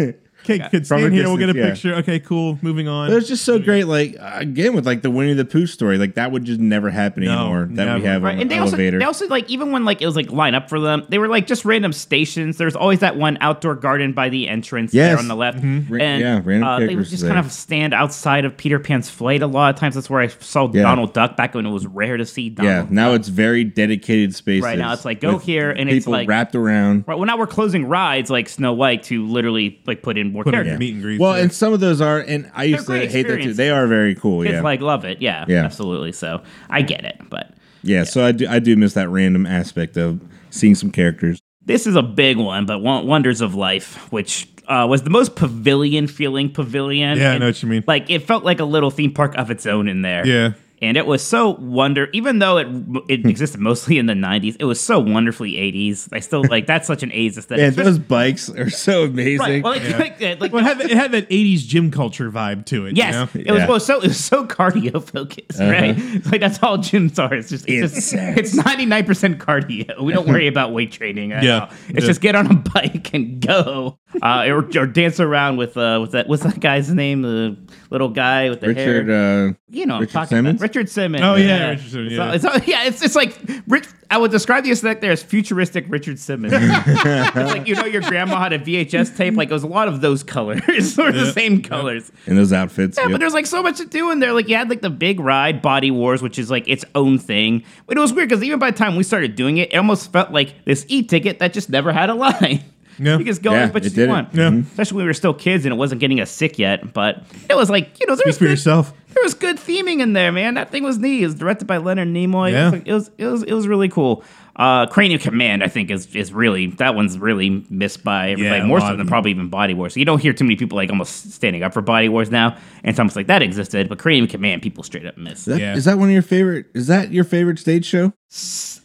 Speaker 3: okay, kids,
Speaker 5: From
Speaker 3: stand
Speaker 5: a
Speaker 3: here. We'll get a
Speaker 5: distance, yeah.
Speaker 3: picture. Okay, cool. Moving on.
Speaker 5: It was just so great, like again with like the Winnie the Pooh story, like that would just never happen
Speaker 3: No,
Speaker 5: anymore. That we
Speaker 3: never.
Speaker 5: have
Speaker 4: Right.
Speaker 5: on
Speaker 4: And
Speaker 5: the
Speaker 4: they
Speaker 5: elevator.
Speaker 4: also they also like even when like it was like line up for them, they were like just random stations. There's always that one outdoor garden by the entrance there
Speaker 5: Yes. Mm-hmm.
Speaker 4: on the left.
Speaker 5: Ra-
Speaker 4: And
Speaker 5: yeah, random
Speaker 4: uh, they would
Speaker 5: characters
Speaker 4: just
Speaker 5: there.
Speaker 4: kind of stand outside of Peter Pan's flight a lot of times. That's where I saw
Speaker 5: Yeah.
Speaker 4: Donald Duck back when it was rare to see
Speaker 5: yeah,
Speaker 4: Donald.
Speaker 5: now it's very dedicated spaces.
Speaker 4: Right now it's like, go
Speaker 5: with
Speaker 4: here, and it's
Speaker 5: people
Speaker 4: like-
Speaker 5: wrapped around.
Speaker 4: Right. Well, now we're closing rides like Snow White to literally like put in more
Speaker 3: Put in
Speaker 4: characters.
Speaker 3: Yeah. meet and greets,
Speaker 5: Well,
Speaker 3: yeah.
Speaker 5: and some of those are, and I used to
Speaker 4: great
Speaker 5: hate that too.
Speaker 4: experiences.
Speaker 5: They are very cool.
Speaker 4: Kids
Speaker 5: Yeah,
Speaker 4: like love it. Yeah,
Speaker 5: Yeah.
Speaker 4: absolutely. So I get it, but
Speaker 5: yeah, So I do, I do miss that random aspect of seeing some characters.
Speaker 4: this is a big one. But Won- Wonders of Life, which uh, was the most pavilion feeling pavilion.
Speaker 3: Yeah, I
Speaker 4: And,
Speaker 3: know what you mean.
Speaker 4: Like it felt like a little theme park of its own in there.
Speaker 3: Yeah. Hmm.
Speaker 4: And it was so wonder, even though it it existed mostly in the '90s, it was so wonderfully '80s. I still like that's such an '80s aesthetic.
Speaker 5: Yeah, those bikes are so amazing.
Speaker 4: right. Well, like, like, like,
Speaker 3: Well, it had, it had that 80s gym culture vibe to it. you
Speaker 4: Yes,
Speaker 3: know? Uh-huh.
Speaker 4: it was
Speaker 5: Yeah.
Speaker 4: well, so it was so cardio focused, right? Like that's all gyms are. It's just it's just,
Speaker 5: Insects.
Speaker 4: it's ninety nine percent cardio. We don't worry about weight training. At
Speaker 3: Yeah.
Speaker 4: all. it's
Speaker 3: Yeah.
Speaker 4: just get on a bike and go, uh, or, or dance around with uh, with that what's that guy's name? The little guy with the
Speaker 5: Richard,
Speaker 4: hair.
Speaker 5: uh,
Speaker 4: you know,
Speaker 5: Richard
Speaker 4: I'm talking
Speaker 5: Simmons?
Speaker 4: about Richard Simmons.
Speaker 3: Oh, yeah, Richard Simmons,
Speaker 4: It's all-
Speaker 3: yeah.
Speaker 4: it's all- yeah, it's just like Rich. I would describe the aesthetic there as futuristic Richard Simmons. it's like you know your grandma had a VHS tape. Like it was a lot of those colors or the same colors.
Speaker 5: in those outfits.
Speaker 4: Yeah,
Speaker 5: yep.
Speaker 4: but there's like so much to do in there. Like you had like the big ride, Body Wars, which is like its own thing. But it was weird because even by the time we started doing it, it almost felt like this e-ticket that just never had a line.
Speaker 3: Yeah.
Speaker 4: You just go
Speaker 5: Yeah,
Speaker 4: as much
Speaker 5: it
Speaker 4: as you
Speaker 5: didn't.
Speaker 4: want.
Speaker 3: Yeah.
Speaker 4: Especially when we were still kids and it wasn't getting us sick yet. But it was like, you know, there was
Speaker 3: Speak for
Speaker 4: good,
Speaker 3: yourself.
Speaker 4: there was good theming in there, man. That thing was neat. It was directed by Leonard Nimoy.
Speaker 3: Yeah.
Speaker 4: It, was, it was it was it was really cool. Uh, Cranium Command, I think, is is really that one's really missed by everybody
Speaker 3: Yeah,
Speaker 4: more
Speaker 3: a lot
Speaker 4: so
Speaker 3: of
Speaker 4: than
Speaker 3: people.
Speaker 4: probably even Body Wars. So you don't hear too many people like almost standing up for Body Wars now, and it's almost like that existed. But Cranium Command, people straight up miss.
Speaker 5: That-
Speaker 3: Yeah.
Speaker 5: Is that one of your favorite? Is that your favorite stage show?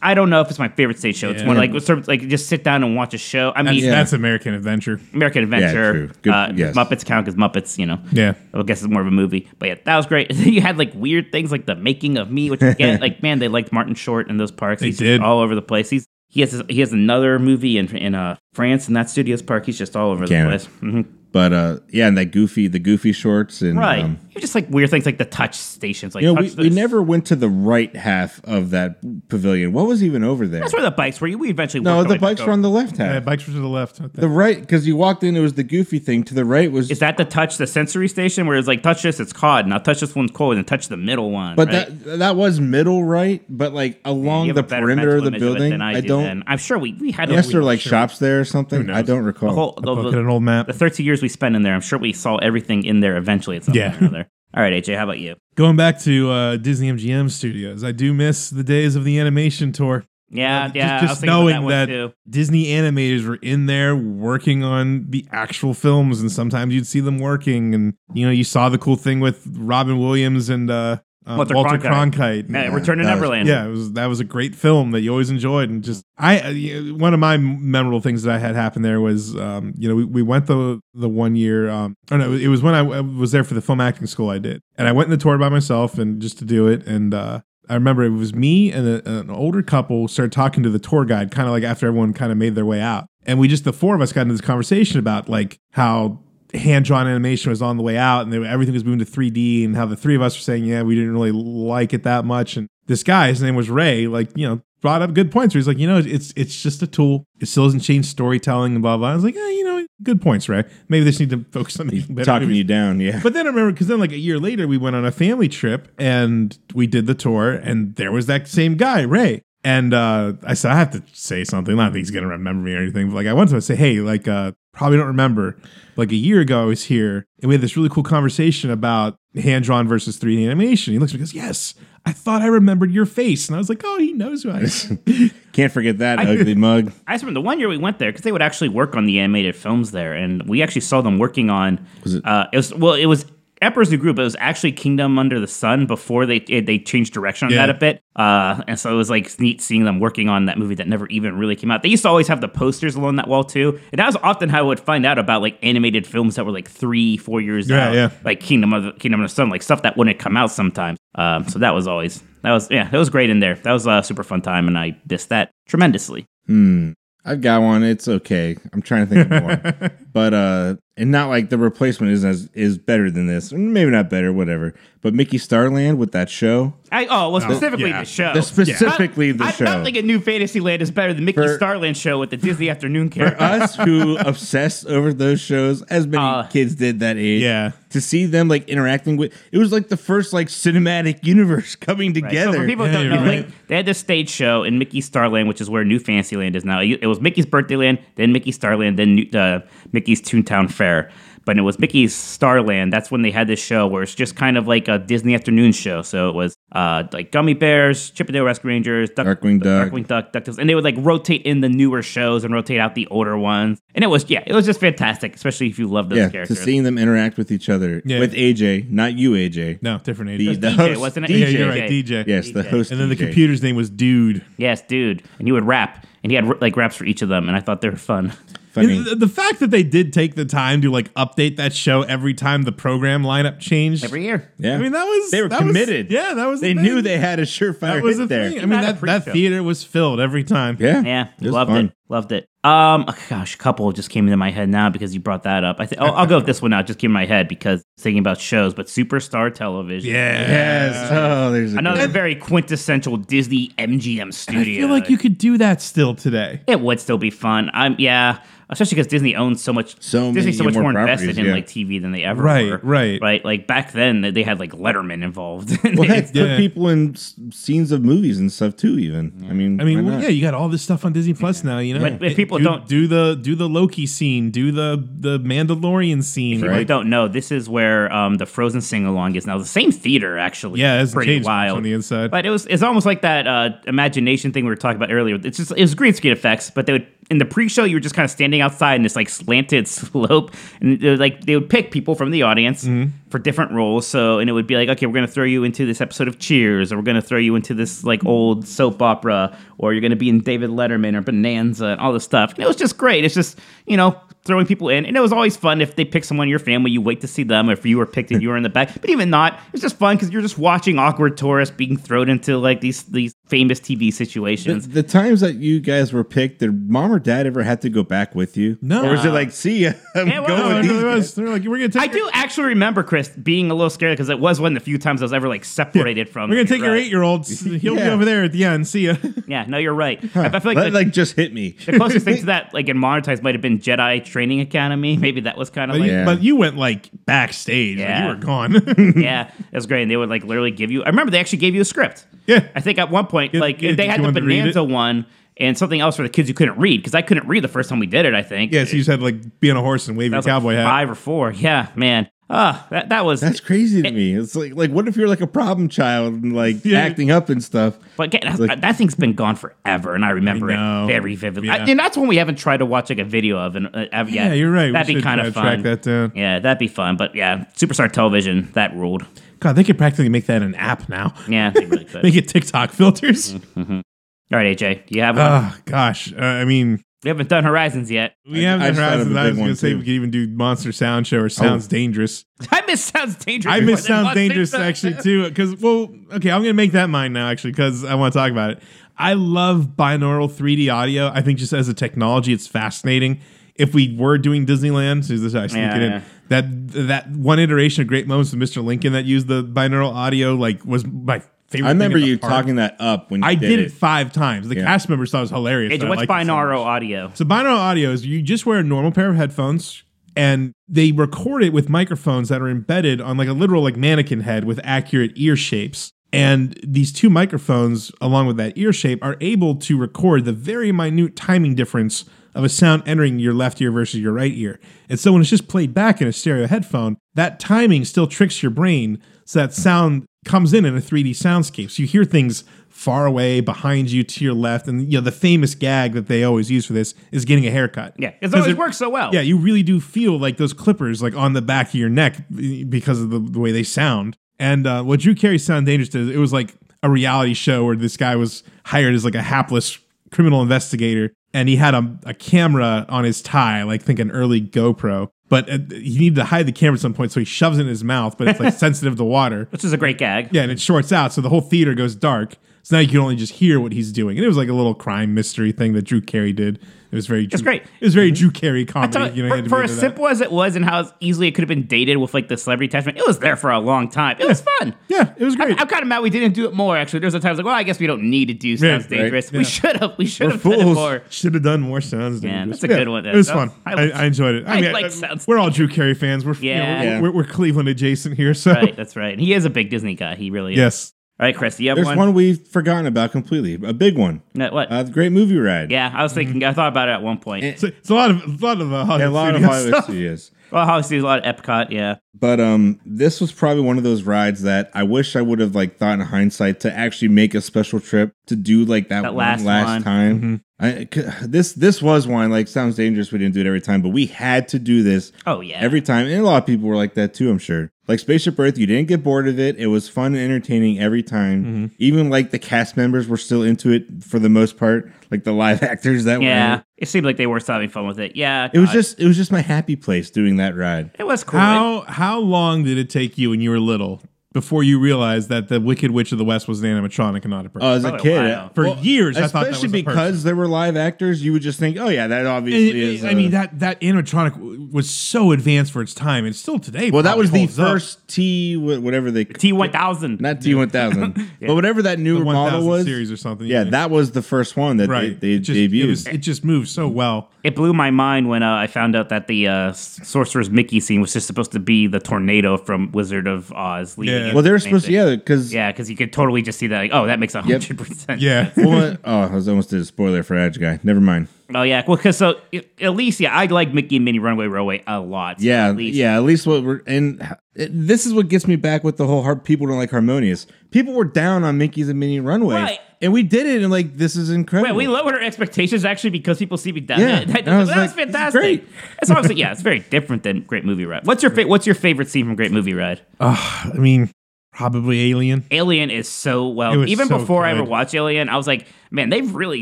Speaker 4: I don't know if it's my favorite stage show. It's
Speaker 3: Yeah.
Speaker 4: more like sort of like just sit down and watch a show. I
Speaker 3: That's,
Speaker 4: mean,
Speaker 3: that's American Adventure.
Speaker 4: American Adventure,
Speaker 5: true. Good-
Speaker 4: uh,
Speaker 5: yes.
Speaker 4: Muppets count because Muppets, you know.
Speaker 3: Yeah.
Speaker 4: I guess it's more of a movie, but yeah, that was great. you had like weird things like the making of me, which again, like man, they liked Martin Short in those parks.
Speaker 3: They
Speaker 4: He's
Speaker 3: did.
Speaker 4: all over the place. He's he has he has another movie in in uh, France in that studios park. He's just all over
Speaker 5: Canada.
Speaker 4: the place. Mhm.
Speaker 5: But uh, yeah, and that goofy, the goofy shorts, and
Speaker 4: Right,
Speaker 5: um,
Speaker 4: you just like weird things like the touch stations. Like
Speaker 5: you know,
Speaker 4: touch
Speaker 5: we, we
Speaker 4: this-
Speaker 5: never went to the right half of that pavilion. What was even over there?
Speaker 4: That's where the bikes were. You- We eventually worked
Speaker 5: No,
Speaker 4: our
Speaker 5: the
Speaker 4: way back
Speaker 5: bikes
Speaker 4: over.
Speaker 5: were on the left
Speaker 3: Uh,
Speaker 5: half.
Speaker 3: bikes were to the left. I think.
Speaker 5: The right, because you walked in, it was the goofy thing. To the right was,
Speaker 4: Is that the touch the sensory station where it's like touch this, it's cod. Now touch this one's cold, and touch the middle one.
Speaker 5: but
Speaker 4: right?
Speaker 5: that that was middle right, but like along
Speaker 4: You have
Speaker 5: the
Speaker 4: a better
Speaker 5: perimeter of
Speaker 4: mental image
Speaker 5: the
Speaker 4: it
Speaker 5: building.
Speaker 4: than
Speaker 5: I,
Speaker 4: I, do
Speaker 5: don't.
Speaker 4: then. I'm sure we we had a
Speaker 5: Unless
Speaker 4: we-
Speaker 5: there are like shops there or something. I don't recall.
Speaker 4: the whole the,
Speaker 3: Look at an old map.
Speaker 4: the 13 years we spent in there, I'm sure we saw everything in there eventually at some
Speaker 3: Yeah.
Speaker 4: point or another. All right, AJ, how about you?
Speaker 3: Going back to uh, Disney MGM Studios, I do miss the days of the animation tour.
Speaker 4: Yeah,
Speaker 3: Just-
Speaker 4: yeah. I
Speaker 3: just,
Speaker 4: was thinking about
Speaker 3: knowing
Speaker 4: one,
Speaker 3: that,
Speaker 4: too.
Speaker 3: Disney animators were in there working on the actual films, and sometimes you'd see them working, and you know you saw the cool thing with Robin Williams and uh, uh,
Speaker 4: Walter
Speaker 3: Walter,
Speaker 4: Cronkite.
Speaker 3: Cronkite.
Speaker 4: Yeah, Return to
Speaker 5: that was-
Speaker 4: Neverland.
Speaker 3: Yeah, it was that was a great film that you always enjoyed, and just I uh, y- one of my memorable things that I had happen there was um, you know we, we went the the one year um, oh no it was when I w- was there for the film acting school I did, and I went in the tour by myself and just to do it, and uh, I remember it was me and a, an older couple started talking to the tour guide kind of like after everyone kind of made their way out, and we just the four of us got into this conversation about like how hand drawn animation was on the way out, and they, everything was moving to 3D, and how the three of us were saying, yeah, we didn't really like it that much. And this guy, his name was Ray, like you know, brought up good points. Where he's like, you know, it's it's just a tool. It still doesn't change storytelling and blah blah. I was like, yeah, you know, good points, Ray. Maybe they just need to focus on making better
Speaker 5: talking
Speaker 3: movies.
Speaker 5: you down. Yeah,
Speaker 3: But then I remember because then like a year later we went on a family trip and we did the tour and there was that same guy Ray and uh, I said I have to say something. Not that he's gonna remember me or anything, but like I wanted to say, hey, like uh, probably don't remember. Like a year ago, I was here and we had this really cool conversation about hand drawn versus 3D animation. He looks at me and goes, Yes, I thought I remembered your face. And I was like, Oh, he knows who I am.
Speaker 5: Can't forget that ugly mug.
Speaker 4: I just remember the one year we went there because they would actually work on the animated films there, and we actually saw them working on. Was it? Uh, it was well, it was Emperor's New Groove, but it was actually Kingdom Under the Sun before they it, they changed direction on
Speaker 3: Yeah.
Speaker 4: that a bit. Uh, and so it was like neat seeing them working on that movie that never even really came out. They used to always have the posters along that wall too, and that was often how I would find out about like animated films that were like three, four years
Speaker 3: Yeah,
Speaker 4: out,
Speaker 3: yeah.
Speaker 4: like Kingdom of the, Kingdom of the Sun, like stuff that wouldn't come out sometimes. Um, so that was always. That was yeah, that was great in there. That was a super fun time, and I missed that tremendously.
Speaker 5: Hmm. I've got one. It's okay. I'm trying to think of more. but uh and not like the replacement is as is better than this. Maybe not better, whatever. But Mickey Starland with that show.
Speaker 4: I, oh, well, specifically
Speaker 3: yeah.
Speaker 4: the show.
Speaker 5: The- specifically the
Speaker 4: Oh, I,
Speaker 5: show.
Speaker 4: I don't think a new Fantasyland is better than Mickey
Speaker 5: For-
Speaker 4: Starland show with the Disney afternoon
Speaker 5: For
Speaker 4: character.
Speaker 5: us who obsessed over those shows, as many
Speaker 4: Uh,
Speaker 5: kids did that age.
Speaker 3: yeah.
Speaker 5: To see them like interacting with it was like the first like cinematic universe coming
Speaker 4: Right. So
Speaker 5: together.
Speaker 4: for people who
Speaker 3: Yeah,
Speaker 4: don't
Speaker 3: you're
Speaker 4: know,
Speaker 3: right.
Speaker 4: like, they had this stage show in Mickey Starland, which is where New Fantasyland is now. It it was Mickey's Birthday Land, then Mickey Starland, then New, uh, Mickey's Toontown Fair. But it was Mickey's Starland. That's when they had this show where it's just kind of like a Disney afternoon show. So it was uh, like Gummy Bears, Chippendale Rescue Rangers, Duck,
Speaker 5: Darkwing Duck.
Speaker 4: Darkwing Duck, DuckTales, and they would like rotate in the newer shows and rotate out the older ones. And it was yeah, it was just fantastic, especially if you love those
Speaker 5: yeah, to
Speaker 4: characters.
Speaker 5: seeing them interact with each other
Speaker 3: Yeah.
Speaker 5: with AJ, not you, AJ.
Speaker 3: No, different age.
Speaker 5: The, the
Speaker 4: DJ,
Speaker 5: host,
Speaker 4: wasn't it?
Speaker 5: DJ.
Speaker 3: yeah, you're right,
Speaker 4: DJ.
Speaker 3: DJ.
Speaker 5: Yes, the
Speaker 4: DJ.
Speaker 5: host.
Speaker 3: And then the
Speaker 5: DJ.
Speaker 3: computer's name was Dude.
Speaker 4: yes, dude, and he would rap, and he had like raps for each of them, and I thought they were fun.
Speaker 5: Funny.
Speaker 3: The, the fact that they did take the time to like update that show every time the program lineup changed.
Speaker 4: Every year,
Speaker 5: Yeah.
Speaker 3: I mean, that was
Speaker 5: They were
Speaker 3: that was-
Speaker 5: committed.
Speaker 3: yeah, that was. the
Speaker 5: They
Speaker 3: thing.
Speaker 5: knew they had a surefire
Speaker 3: that was
Speaker 5: hit
Speaker 3: the
Speaker 5: there.
Speaker 3: thing. I
Speaker 4: Not
Speaker 3: mean,
Speaker 4: a
Speaker 3: that, that
Speaker 4: pre-show.
Speaker 3: theater was filled every time.
Speaker 5: Yeah.
Speaker 4: Yeah,
Speaker 5: was
Speaker 4: loved
Speaker 5: fun.
Speaker 4: it, loved it. Um, oh gosh, a couple just came into my head now because you brought that up. I think I'll, I'll go with this one now. It Just came in my head because thinking about shows, but Superstar Television.
Speaker 3: Yeah.
Speaker 5: Yes. Oh, there's a
Speaker 4: another
Speaker 5: good-
Speaker 4: very quintessential Disney MGM
Speaker 3: And
Speaker 4: studio.
Speaker 3: I feel like you could do that still today.
Speaker 4: it would still be fun. I'm yeah, especially because Disney owns so much.
Speaker 5: So
Speaker 4: Disney's
Speaker 5: many
Speaker 4: so much
Speaker 5: more
Speaker 4: more invested
Speaker 5: properties,
Speaker 4: in
Speaker 5: yeah.
Speaker 4: like TV than they ever
Speaker 3: Right,
Speaker 4: were.
Speaker 3: right.
Speaker 4: right. Like back then, they- they had like Letterman involved.
Speaker 5: Well, heck,
Speaker 3: Yeah.
Speaker 5: put people in s- scenes of movies and stuff too. Even I mean,
Speaker 3: I mean,
Speaker 5: why
Speaker 3: well,
Speaker 5: not?
Speaker 3: yeah, you got all this stuff on Disney Plus now. You know,
Speaker 4: But if
Speaker 3: It-
Speaker 4: people
Speaker 3: do,
Speaker 4: don't-
Speaker 3: do the do the Loki scene, do the the Mandalorian scene,
Speaker 4: People
Speaker 5: Right.
Speaker 4: don't know this is where um, the Frozen sing along is now. The same theater, actually.
Speaker 3: Yeah, it's
Speaker 4: pretty
Speaker 3: changed
Speaker 4: wild
Speaker 3: on the inside.
Speaker 4: But it was it's almost like that uh, imagination thing we were talking about earlier. It's just it was green screen effects, but they would in the pre-show you were just kind of standing outside in this like slanted slope, and they would, like they would pick people from the audience for different roles. So and it would be like, okay, we're gonna throw you into this episode of Cheers, or we're gonna throw you into this like old soap opera, or you're gonna be in David Letterman or Bonanza and all this stuff. And it was just great. It's just you know throwing people in. And it was always fun if they pick someone in your family, you wait to see them. If you were picked and you were in the back, but even not, it's just fun because you're just watching awkward tourists being thrown into like these these famous TV
Speaker 5: The,
Speaker 4: situations.
Speaker 5: the times that you guys were picked, did mom or dad ever had to go back with you?
Speaker 3: No.
Speaker 5: or was it like, see, ya, I'm
Speaker 4: Yeah, well,
Speaker 5: going.
Speaker 3: No,
Speaker 5: with
Speaker 3: no,
Speaker 5: these
Speaker 3: there
Speaker 5: guys."
Speaker 3: was- They're like, we're gonna take.
Speaker 4: I
Speaker 3: your-
Speaker 4: do actually remember Chris being a little scared because it was one of the few times I was ever like separated from.
Speaker 3: We're gonna
Speaker 4: them.
Speaker 3: take
Speaker 4: You're
Speaker 3: your
Speaker 4: right.
Speaker 3: eight year old. He'll
Speaker 5: Yeah.
Speaker 3: be over there at the end. See ya.
Speaker 4: Yeah, no, you're right. I, I feel like
Speaker 5: That,
Speaker 4: the,
Speaker 5: like just hit me.
Speaker 4: the closest thing to that, like in monetized, might have been Jedi Training Academy. Maybe that was kind of
Speaker 3: But,
Speaker 4: like
Speaker 3: you,
Speaker 5: Yeah.
Speaker 3: but you went like backstage. Like,
Speaker 4: Yeah.
Speaker 3: you were gone.
Speaker 4: yeah, that's great. And they would like literally give you. I remember they actually gave you a script.
Speaker 3: Yeah.
Speaker 4: I think at one point,
Speaker 3: Yeah,
Speaker 4: like
Speaker 3: yeah,
Speaker 4: they
Speaker 3: did
Speaker 4: had
Speaker 3: you
Speaker 4: the
Speaker 3: want to read
Speaker 4: Bonanza one and something else for the kids who couldn't read because I couldn't read the first time we did it. I think.
Speaker 3: yeah, so you just had to, like be on a horse and wave
Speaker 4: That
Speaker 3: your
Speaker 4: was, like,
Speaker 3: cowboy hat.
Speaker 4: Five or four. Yeah, man. Ah, that that was.
Speaker 5: That's crazy to me. It's like, like, what if you're like a problem child and like
Speaker 3: Yeah.
Speaker 5: acting up and stuff?
Speaker 4: But again, that's-
Speaker 5: Like-
Speaker 4: that thing's been gone forever, and I remember
Speaker 3: I know.
Speaker 4: it very vividly. I-
Speaker 3: Yeah.
Speaker 4: and that's one we haven't tried to watch like a video of. And uh, have
Speaker 3: Yeah,
Speaker 4: yet.
Speaker 3: you're right. We
Speaker 4: That'd be
Speaker 3: should
Speaker 4: kind
Speaker 3: try to
Speaker 4: of fun.
Speaker 3: track that down.
Speaker 4: Yeah, that'd be fun. But yeah, Superstar Television that ruled.
Speaker 3: God, they could practically make that an app now.
Speaker 4: Yeah, they really could.
Speaker 3: They get TikTok filters.
Speaker 4: Mm-hmm. All right, AJ, do you have one?
Speaker 3: Oh gosh, uh, I mean,
Speaker 4: we haven't done Horizons yet.
Speaker 3: we
Speaker 5: I- I
Speaker 3: haven't
Speaker 5: just
Speaker 3: done
Speaker 5: thought of
Speaker 3: Horizons.
Speaker 5: a
Speaker 3: I
Speaker 5: big
Speaker 3: was
Speaker 5: one,
Speaker 3: gonna say
Speaker 5: too. Oh.
Speaker 3: we could even do Monster Sound Show or Sounds Dangerous.
Speaker 4: I miss Sounds Dangerous.
Speaker 3: I
Speaker 4: more
Speaker 3: miss
Speaker 4: than
Speaker 3: Sounds
Speaker 4: Monster
Speaker 3: Dangerous
Speaker 4: Sound.
Speaker 3: actually too, because well, okay, I'm gonna make that mine now actually because I want to talk about it. I love binaural 3D audio. I think just as a technology, it's fascinating. If we were doing Disneyland, so this is how I sneak
Speaker 4: Yeah,
Speaker 3: it in.
Speaker 4: yeah.
Speaker 3: That that one iteration of Great Moments with Mr. Lincoln that used the binaural audio like was my favorite.
Speaker 5: I
Speaker 3: thing
Speaker 5: remember
Speaker 3: at the
Speaker 5: you
Speaker 3: park.
Speaker 5: talking that up when you
Speaker 3: I
Speaker 5: did,
Speaker 3: did it five times. The
Speaker 5: Yeah.
Speaker 3: cast members thought it was hilarious.
Speaker 4: AJ,
Speaker 3: and I
Speaker 4: what's
Speaker 3: liked it so much.
Speaker 4: binaural audio?
Speaker 3: So binaural audio is you just wear a normal pair of headphones and they record it with microphones that are embedded on like a literal like mannequin head with accurate ear shapes. And these two microphones, along with that ear shape, are able to record the very minute timing difference of a sound entering your left ear versus your right ear. And so when it's just played back in a stereo headphone, that timing still tricks your brain so that sound comes in in a 3D soundscape. So you hear things far away behind you to your left and you know the famous gag that they always use for this is getting a haircut.
Speaker 4: Yeah, it's
Speaker 3: 'Cause
Speaker 4: always
Speaker 3: it-
Speaker 4: worked so well.
Speaker 3: Yeah, you really do feel like those clippers like on the back of your neck b- because of the, the way they sound. And uh, what Drew Carey sound dangerous did, it was like a reality show where this guy was hired as like a hapless criminal investigator, and he had a, a camera on his tie, like think an early GoPro. But uh, he needed to hide the camera at some point, so he shoves it in his mouth, but it's like sensitive to water.
Speaker 4: which is a great gag.
Speaker 3: Yeah, and it shorts out, so the whole theater goes dark. So now you can only just hear what he's doing. And it was like a little crime mystery thing that Drew Carey did. It was very. Drew,
Speaker 4: great. Mm-hmm.
Speaker 3: It was very Drew Carey
Speaker 4: I
Speaker 3: comedy.
Speaker 4: thought-
Speaker 3: you know, he
Speaker 4: for,
Speaker 3: had to
Speaker 4: for
Speaker 3: be
Speaker 4: as
Speaker 3: into that.
Speaker 4: simple as it was and how easily it could have been dated with like the celebrity attachment, it was there for a long time. It was fun.
Speaker 3: Yeah, it was great.
Speaker 4: I'm kind of mad we didn't do it more. Actually, there's a times like, well, I guess we don't need to do sounds
Speaker 3: right,
Speaker 4: dangerous.
Speaker 3: yeah.
Speaker 4: We should have. We should
Speaker 5: We're
Speaker 4: have done it
Speaker 5: fools.
Speaker 4: more.
Speaker 3: Should have done more sounds. than
Speaker 4: Yeah,
Speaker 3: we did.
Speaker 4: that's a good one.
Speaker 3: It was
Speaker 4: That-
Speaker 3: fun.
Speaker 4: I
Speaker 3: I,
Speaker 4: liked-
Speaker 3: I enjoyed it. I,
Speaker 4: I
Speaker 3: mean,
Speaker 4: liked
Speaker 3: I-
Speaker 4: sounds
Speaker 3: We're all Drew Carey fans. We're you know,
Speaker 4: Yeah.
Speaker 5: Yeah.
Speaker 3: we're, we're Cleveland adjacent here, so
Speaker 4: Right, that's right. He is a big Disney guy. He really is.
Speaker 3: yes.
Speaker 4: All right, Chris, you have
Speaker 5: There's
Speaker 4: one.
Speaker 5: one we've forgotten about completely. A big one.
Speaker 4: No, what?
Speaker 5: Uh, the Great Movie Ride.
Speaker 4: yeah, I was
Speaker 3: mm-hmm.
Speaker 4: thinking. I thought about it at one point.
Speaker 5: And-
Speaker 3: So it's a lot of a lot of uh, Hollywood
Speaker 5: Yeah, a lot of
Speaker 3: studios
Speaker 5: Hollywood
Speaker 3: stuff.
Speaker 5: studios.
Speaker 4: well, obviously, there's a lot of Epcot. Yeah,
Speaker 5: But um, this was probably one of those rides that I wish I would have like thought in hindsight to actually make a special trip to do like that,
Speaker 4: That
Speaker 5: one
Speaker 4: last
Speaker 5: last,
Speaker 4: one.
Speaker 5: time. I c this this was one like sounds dangerous. We didn't do it every time, but we had to do this.
Speaker 4: Oh, yeah.
Speaker 5: every time, and a lot of people were like that too. I'm sure. Like Spaceship Earth, you didn't get bored of it. It was fun and entertaining every time. Even like the cast members were still into it for the most part. Like the live actors that were. in
Speaker 4: yeah.
Speaker 5: it.
Speaker 4: It seemed like they were still having fun with it. Yeah,
Speaker 5: It was
Speaker 4: God.
Speaker 5: just it was just my happy place doing that ride.
Speaker 4: it was cool.
Speaker 3: How how long did it take you when you were little before you realized that the Wicked Witch of the West was an animatronic and not uh, a person?
Speaker 5: Oh, as a
Speaker 4: Probably a
Speaker 5: kid,
Speaker 4: while.
Speaker 3: For years, I thought that
Speaker 5: especially
Speaker 3: was a person.
Speaker 5: because there were live actors, you would just think, "Oh yeah, that obviously
Speaker 3: It-
Speaker 5: is."
Speaker 3: it-
Speaker 5: uh,
Speaker 3: I mean that that animatronic w- was so advanced for its time, and still today.
Speaker 5: well, that was
Speaker 3: probably
Speaker 5: the
Speaker 3: holds up.
Speaker 5: first T, wha- whatever they
Speaker 4: T1000.
Speaker 5: not T one thousand, but whatever that newer model
Speaker 3: 1000
Speaker 5: was.
Speaker 3: series or something.
Speaker 5: yeah, that was the first one that
Speaker 3: right.
Speaker 5: they, they
Speaker 3: it just,
Speaker 5: debuted.
Speaker 3: It, was, it just moved so well.
Speaker 4: It blew my mind when uh, I found out that the uh, Sorcerer's Mickey scene was just supposed to be the tornado from Wizard of Oz. leading
Speaker 3: Yeah.
Speaker 4: into
Speaker 5: well, they
Speaker 4: the
Speaker 5: were
Speaker 4: main
Speaker 5: supposed to,
Speaker 4: thing.
Speaker 5: yeah, because
Speaker 4: Yeah, because you could totally just see that. Like, oh, that makes
Speaker 5: Yep.
Speaker 4: hundred percent.
Speaker 3: Yeah.
Speaker 5: Well, oh, I was almost did a spoiler for Edge Guy. Never mind.
Speaker 4: Oh yeah. Well, because so i- at least yeah, I like Mickey and Minnie Runaway Railway a lot. so
Speaker 5: Yeah,
Speaker 4: At least.
Speaker 5: yeah. At least what we're and it, this is what gets me back with the whole hard people don't like harmonious. People were down on Mickey's and Minnie Runway,
Speaker 4: Right.
Speaker 5: and we did it, and like this is incredible.
Speaker 4: Wait, we lowered our expectations actually because people see me done
Speaker 5: Yeah,
Speaker 4: it. That,
Speaker 5: I
Speaker 4: was, that was
Speaker 5: was like, this is
Speaker 4: fantastic.
Speaker 5: great.
Speaker 4: It's obviously yeah, it's very different than Great Movie Ride. What's your fa- What's your favorite scene from Great Movie Ride?
Speaker 3: I mean, probably Alien.
Speaker 4: Alien is so
Speaker 3: It
Speaker 4: well.
Speaker 3: was
Speaker 4: Even
Speaker 3: so
Speaker 4: before I ever
Speaker 3: good.
Speaker 4: watched Alien, I was like, man, they've really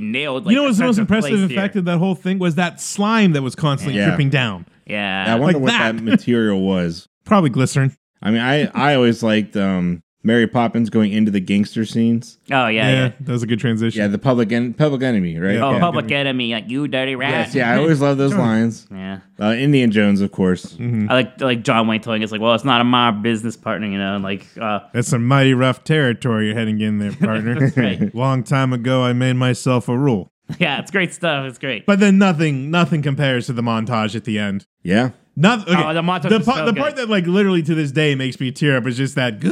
Speaker 4: nailed. Like,
Speaker 3: you know what's the most
Speaker 4: sense of
Speaker 3: impressive
Speaker 4: place
Speaker 3: in
Speaker 4: here.
Speaker 3: fact of that whole thing was that slime that was constantly
Speaker 5: Yeah.
Speaker 3: dripping down.
Speaker 4: Yeah.
Speaker 5: I wonder
Speaker 3: like
Speaker 5: what
Speaker 3: that.
Speaker 5: that material was.
Speaker 3: Probably glycerin.
Speaker 5: I mean, I I always liked um, Mary Poppins going into the gangster scenes.
Speaker 4: oh yeah. yeah.
Speaker 3: that was a good
Speaker 5: Yeah,
Speaker 3: transition.
Speaker 5: the public en- public enemy, right?
Speaker 3: Yeah.
Speaker 4: Oh,
Speaker 5: yeah.
Speaker 4: Public Enemy, like you dirty rat.
Speaker 5: Yes, yeah. I always love those lines.
Speaker 4: Yeah.
Speaker 5: Uh, Indian Jones, of course.
Speaker 3: Mm-hmm.
Speaker 4: I like I like John Wayne telling us like, well, it's not a mob business partner, you know, and like, uh,
Speaker 3: That's some mighty rough territory you're heading in there, partner.
Speaker 4: right.
Speaker 3: Long time ago, I made myself a rule,
Speaker 4: yeah, it's great stuff. It's great.
Speaker 3: but then nothing, nothing compares to the montage at the end.
Speaker 5: Yeah,
Speaker 3: Not okay.
Speaker 4: the montage
Speaker 3: The,
Speaker 4: is
Speaker 3: part-
Speaker 4: so
Speaker 3: the
Speaker 4: good.
Speaker 3: part that like literally to this day makes me tear up is just that good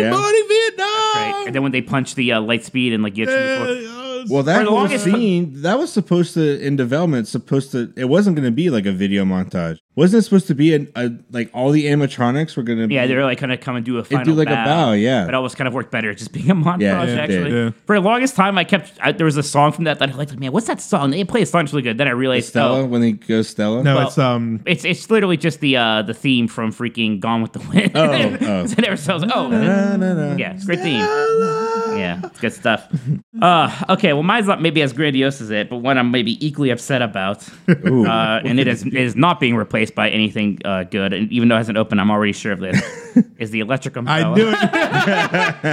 Speaker 5: Yeah.
Speaker 3: morning
Speaker 4: Right.
Speaker 3: Vietnam.
Speaker 4: And then when they punch the uh, light speed and like get
Speaker 3: Uh,
Speaker 4: you
Speaker 3: uh,
Speaker 5: Well, that
Speaker 4: the
Speaker 5: whole
Speaker 4: longest-
Speaker 5: scene that was supposed to in development supposed to it wasn't going to be like a video montage. Wasn't it supposed to be an, a like all the animatronics were going to
Speaker 4: yeah,
Speaker 5: be,
Speaker 4: they were like kind of come and do a final
Speaker 5: do like a bow, yeah.
Speaker 4: But it always kind of worked better just being a montage.
Speaker 5: Yeah, it did.
Speaker 4: actually,
Speaker 3: Yeah.
Speaker 4: for the longest time, I kept I, there was a song from that that I liked. Like, man, what's that song? They play a song that's really good. Then I realized,
Speaker 5: Stella
Speaker 4: oh,
Speaker 5: when they go Stella.
Speaker 3: no,
Speaker 4: well-
Speaker 3: it's um.
Speaker 4: it's it's literally just the uh, the theme from freaking Gone with the Wind.
Speaker 5: Oh, oh.
Speaker 4: so there, so I was like, oh,
Speaker 5: Na, na, na.
Speaker 4: yeah, it's a great theme. Yeah, it's good stuff. Uh, okay, well, mine's not maybe as grandiose as it, but one I'm maybe equally upset about.
Speaker 5: Ooh.
Speaker 4: Uh, and it is, it is not being replaced by anything uh, good. And even though it hasn't opened, I'm already sure of this. is the electric umbrella?
Speaker 3: I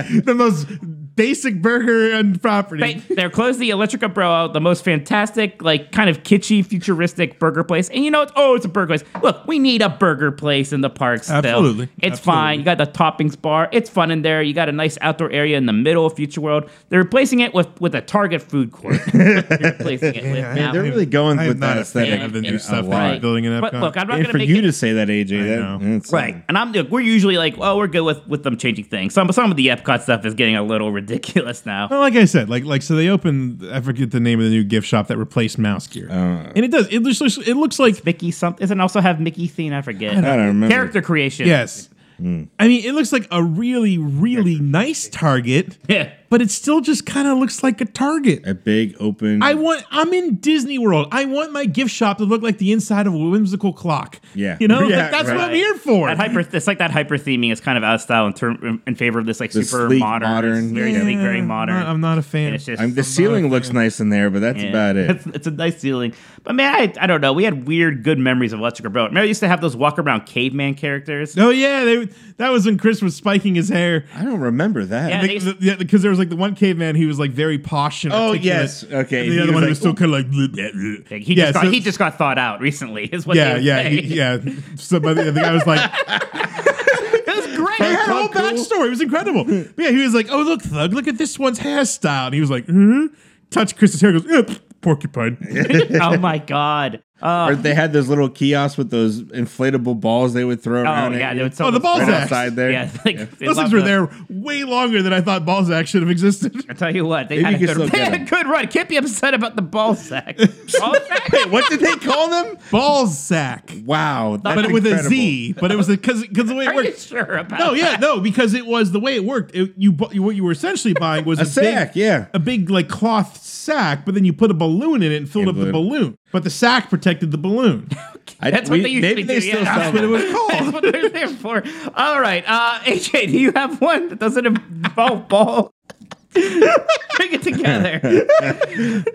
Speaker 3: knew it. the most basic burger and property.
Speaker 4: They, they're closed the electric umbrella, the most fantastic, like kind of kitschy, futuristic burger place. And you know, it's, oh, it's a burger place. Look, we need a burger place in the park still.
Speaker 3: Absolutely.
Speaker 4: It's
Speaker 3: Absolutely.
Speaker 4: fine. You got the toppings bar. It's fun in there. You got a nice outdoor area in the middle of Future World. They're replacing it with with a Target food court. They're replacing it with now.
Speaker 5: they're really going
Speaker 3: I am
Speaker 5: with
Speaker 3: not
Speaker 5: that
Speaker 3: a fan
Speaker 5: aesthetic
Speaker 3: of the
Speaker 5: a
Speaker 3: new stuff that
Speaker 5: lot.
Speaker 3: they're building in Epcot.
Speaker 4: But look, I'm not
Speaker 5: and
Speaker 4: going
Speaker 5: for
Speaker 4: to make
Speaker 5: you
Speaker 4: it.
Speaker 5: to say that, AJ, that,
Speaker 3: know.
Speaker 5: that's-
Speaker 4: Right, and I'm. Look, we're usually like, well, we're good with with them changing things. Some some of the Epcot stuff is getting a little ridiculous now.
Speaker 3: Well, like I said, like like so they opened. I forget the name of the new gift shop that replaced Mouse Gear,
Speaker 5: Uh.
Speaker 3: and it does. It looks it looks like
Speaker 4: Mickey something. Doesn't it also have Mickey theme? I forget.
Speaker 5: I don't remember.
Speaker 4: Character creation.
Speaker 3: yes.
Speaker 5: Hmm.
Speaker 3: I mean, it looks like a really really nice Target,
Speaker 4: Yeah.
Speaker 3: but it still just kind of looks like a Target.
Speaker 5: A big open.
Speaker 3: I want. I'm in Disney World. I want my gift shop to look like the inside of a whimsical clock.
Speaker 5: Yeah.
Speaker 3: you know,
Speaker 5: Yeah,
Speaker 3: like, that's what
Speaker 5: right.
Speaker 3: I'm here for.
Speaker 4: That hyper, it's like that hyper theming is kind of out of style in, term, in favor of this like
Speaker 5: The
Speaker 4: super
Speaker 5: sleek,
Speaker 4: modern,
Speaker 5: modern,
Speaker 4: it's very
Speaker 5: yeah.
Speaker 4: sleek, very
Speaker 3: I'm
Speaker 4: modern.
Speaker 3: not- I'm not a
Speaker 4: And
Speaker 3: fan.
Speaker 4: it's just
Speaker 5: I'm, the ceiling looks nice in there, but that's
Speaker 4: yeah.
Speaker 5: about it.
Speaker 4: It's, it's a nice ceiling, but man, I, I don't know. We had weird good memories of Electric Boat. Remember, I used to have those walk around caveman characters.
Speaker 3: oh yeah, they, that was when Chris was spiking his hair.
Speaker 5: I don't remember that.
Speaker 4: Yeah,
Speaker 3: I
Speaker 4: they
Speaker 3: think
Speaker 4: used-
Speaker 3: the- yeah, because there was like the one caveman who was like very posh and
Speaker 5: Oh,
Speaker 3: articulate,
Speaker 5: yes. Okay.
Speaker 3: and the
Speaker 5: He
Speaker 3: other
Speaker 5: was
Speaker 3: one
Speaker 5: like,
Speaker 3: was still kind of like bleh, bleh, bleh.
Speaker 4: Like, he
Speaker 3: yeah,
Speaker 4: just got,
Speaker 3: so-
Speaker 4: he just got thought out recently. Is what?
Speaker 3: yeah
Speaker 4: they
Speaker 3: yeah
Speaker 4: say.
Speaker 3: he- yeah. So but the, the guy was like
Speaker 4: It was great.
Speaker 3: he had a whole backstory. It was incredible. But yeah, he was like, oh look thug, look at this one's hairstyle, and he was like, hmm? touch Chris's hair, goes "Eh, pff, porcupine.
Speaker 4: oh my god. Oh,
Speaker 5: or they had those little kiosks with those inflatable balls they would throw
Speaker 4: Oh
Speaker 5: around.
Speaker 4: yeah,
Speaker 5: at
Speaker 4: they
Speaker 5: you.
Speaker 4: would sell
Speaker 3: Oh, the
Speaker 4: those-
Speaker 3: ball's
Speaker 5: right
Speaker 3: Balzac.
Speaker 5: outside there.
Speaker 4: Yeah, like, they
Speaker 3: Those
Speaker 4: love
Speaker 3: things were
Speaker 4: the-
Speaker 3: there way longer than I thought Balzac should have existed.
Speaker 4: I tell you what, they
Speaker 5: Maybe
Speaker 4: had a
Speaker 5: you can
Speaker 4: good,
Speaker 5: still
Speaker 4: they
Speaker 5: get
Speaker 4: had a
Speaker 5: them.
Speaker 4: good run. Can't be upset about the ball sack. Ball sack?
Speaker 5: Wait, what did they call them?
Speaker 3: Balzac,
Speaker 5: Wow, that's
Speaker 3: but it with a
Speaker 5: incredible.
Speaker 3: Z. But it was because because the way it
Speaker 4: Are you
Speaker 3: worked.
Speaker 4: sure about
Speaker 3: No, yeah,
Speaker 4: that?
Speaker 3: no, because it was the way it worked. It, you, bu- you what you were essentially buying was
Speaker 5: A sack,
Speaker 3: big,
Speaker 5: yeah.
Speaker 3: a big like cloth sack, but then you put a balloon in it and filled
Speaker 5: And
Speaker 3: up the
Speaker 5: balloon.
Speaker 3: balloon. But the sack protected the balloon.
Speaker 5: I-
Speaker 4: That's
Speaker 5: we-
Speaker 4: what they usually
Speaker 5: maybe they
Speaker 4: do,
Speaker 5: still
Speaker 4: yeah.
Speaker 3: That's
Speaker 5: sell
Speaker 3: what it
Speaker 5: them.
Speaker 3: was
Speaker 4: That's
Speaker 3: called.
Speaker 4: what they're there for. All right, uh, AJ, do you have one that doesn't involve ball? Bring it together.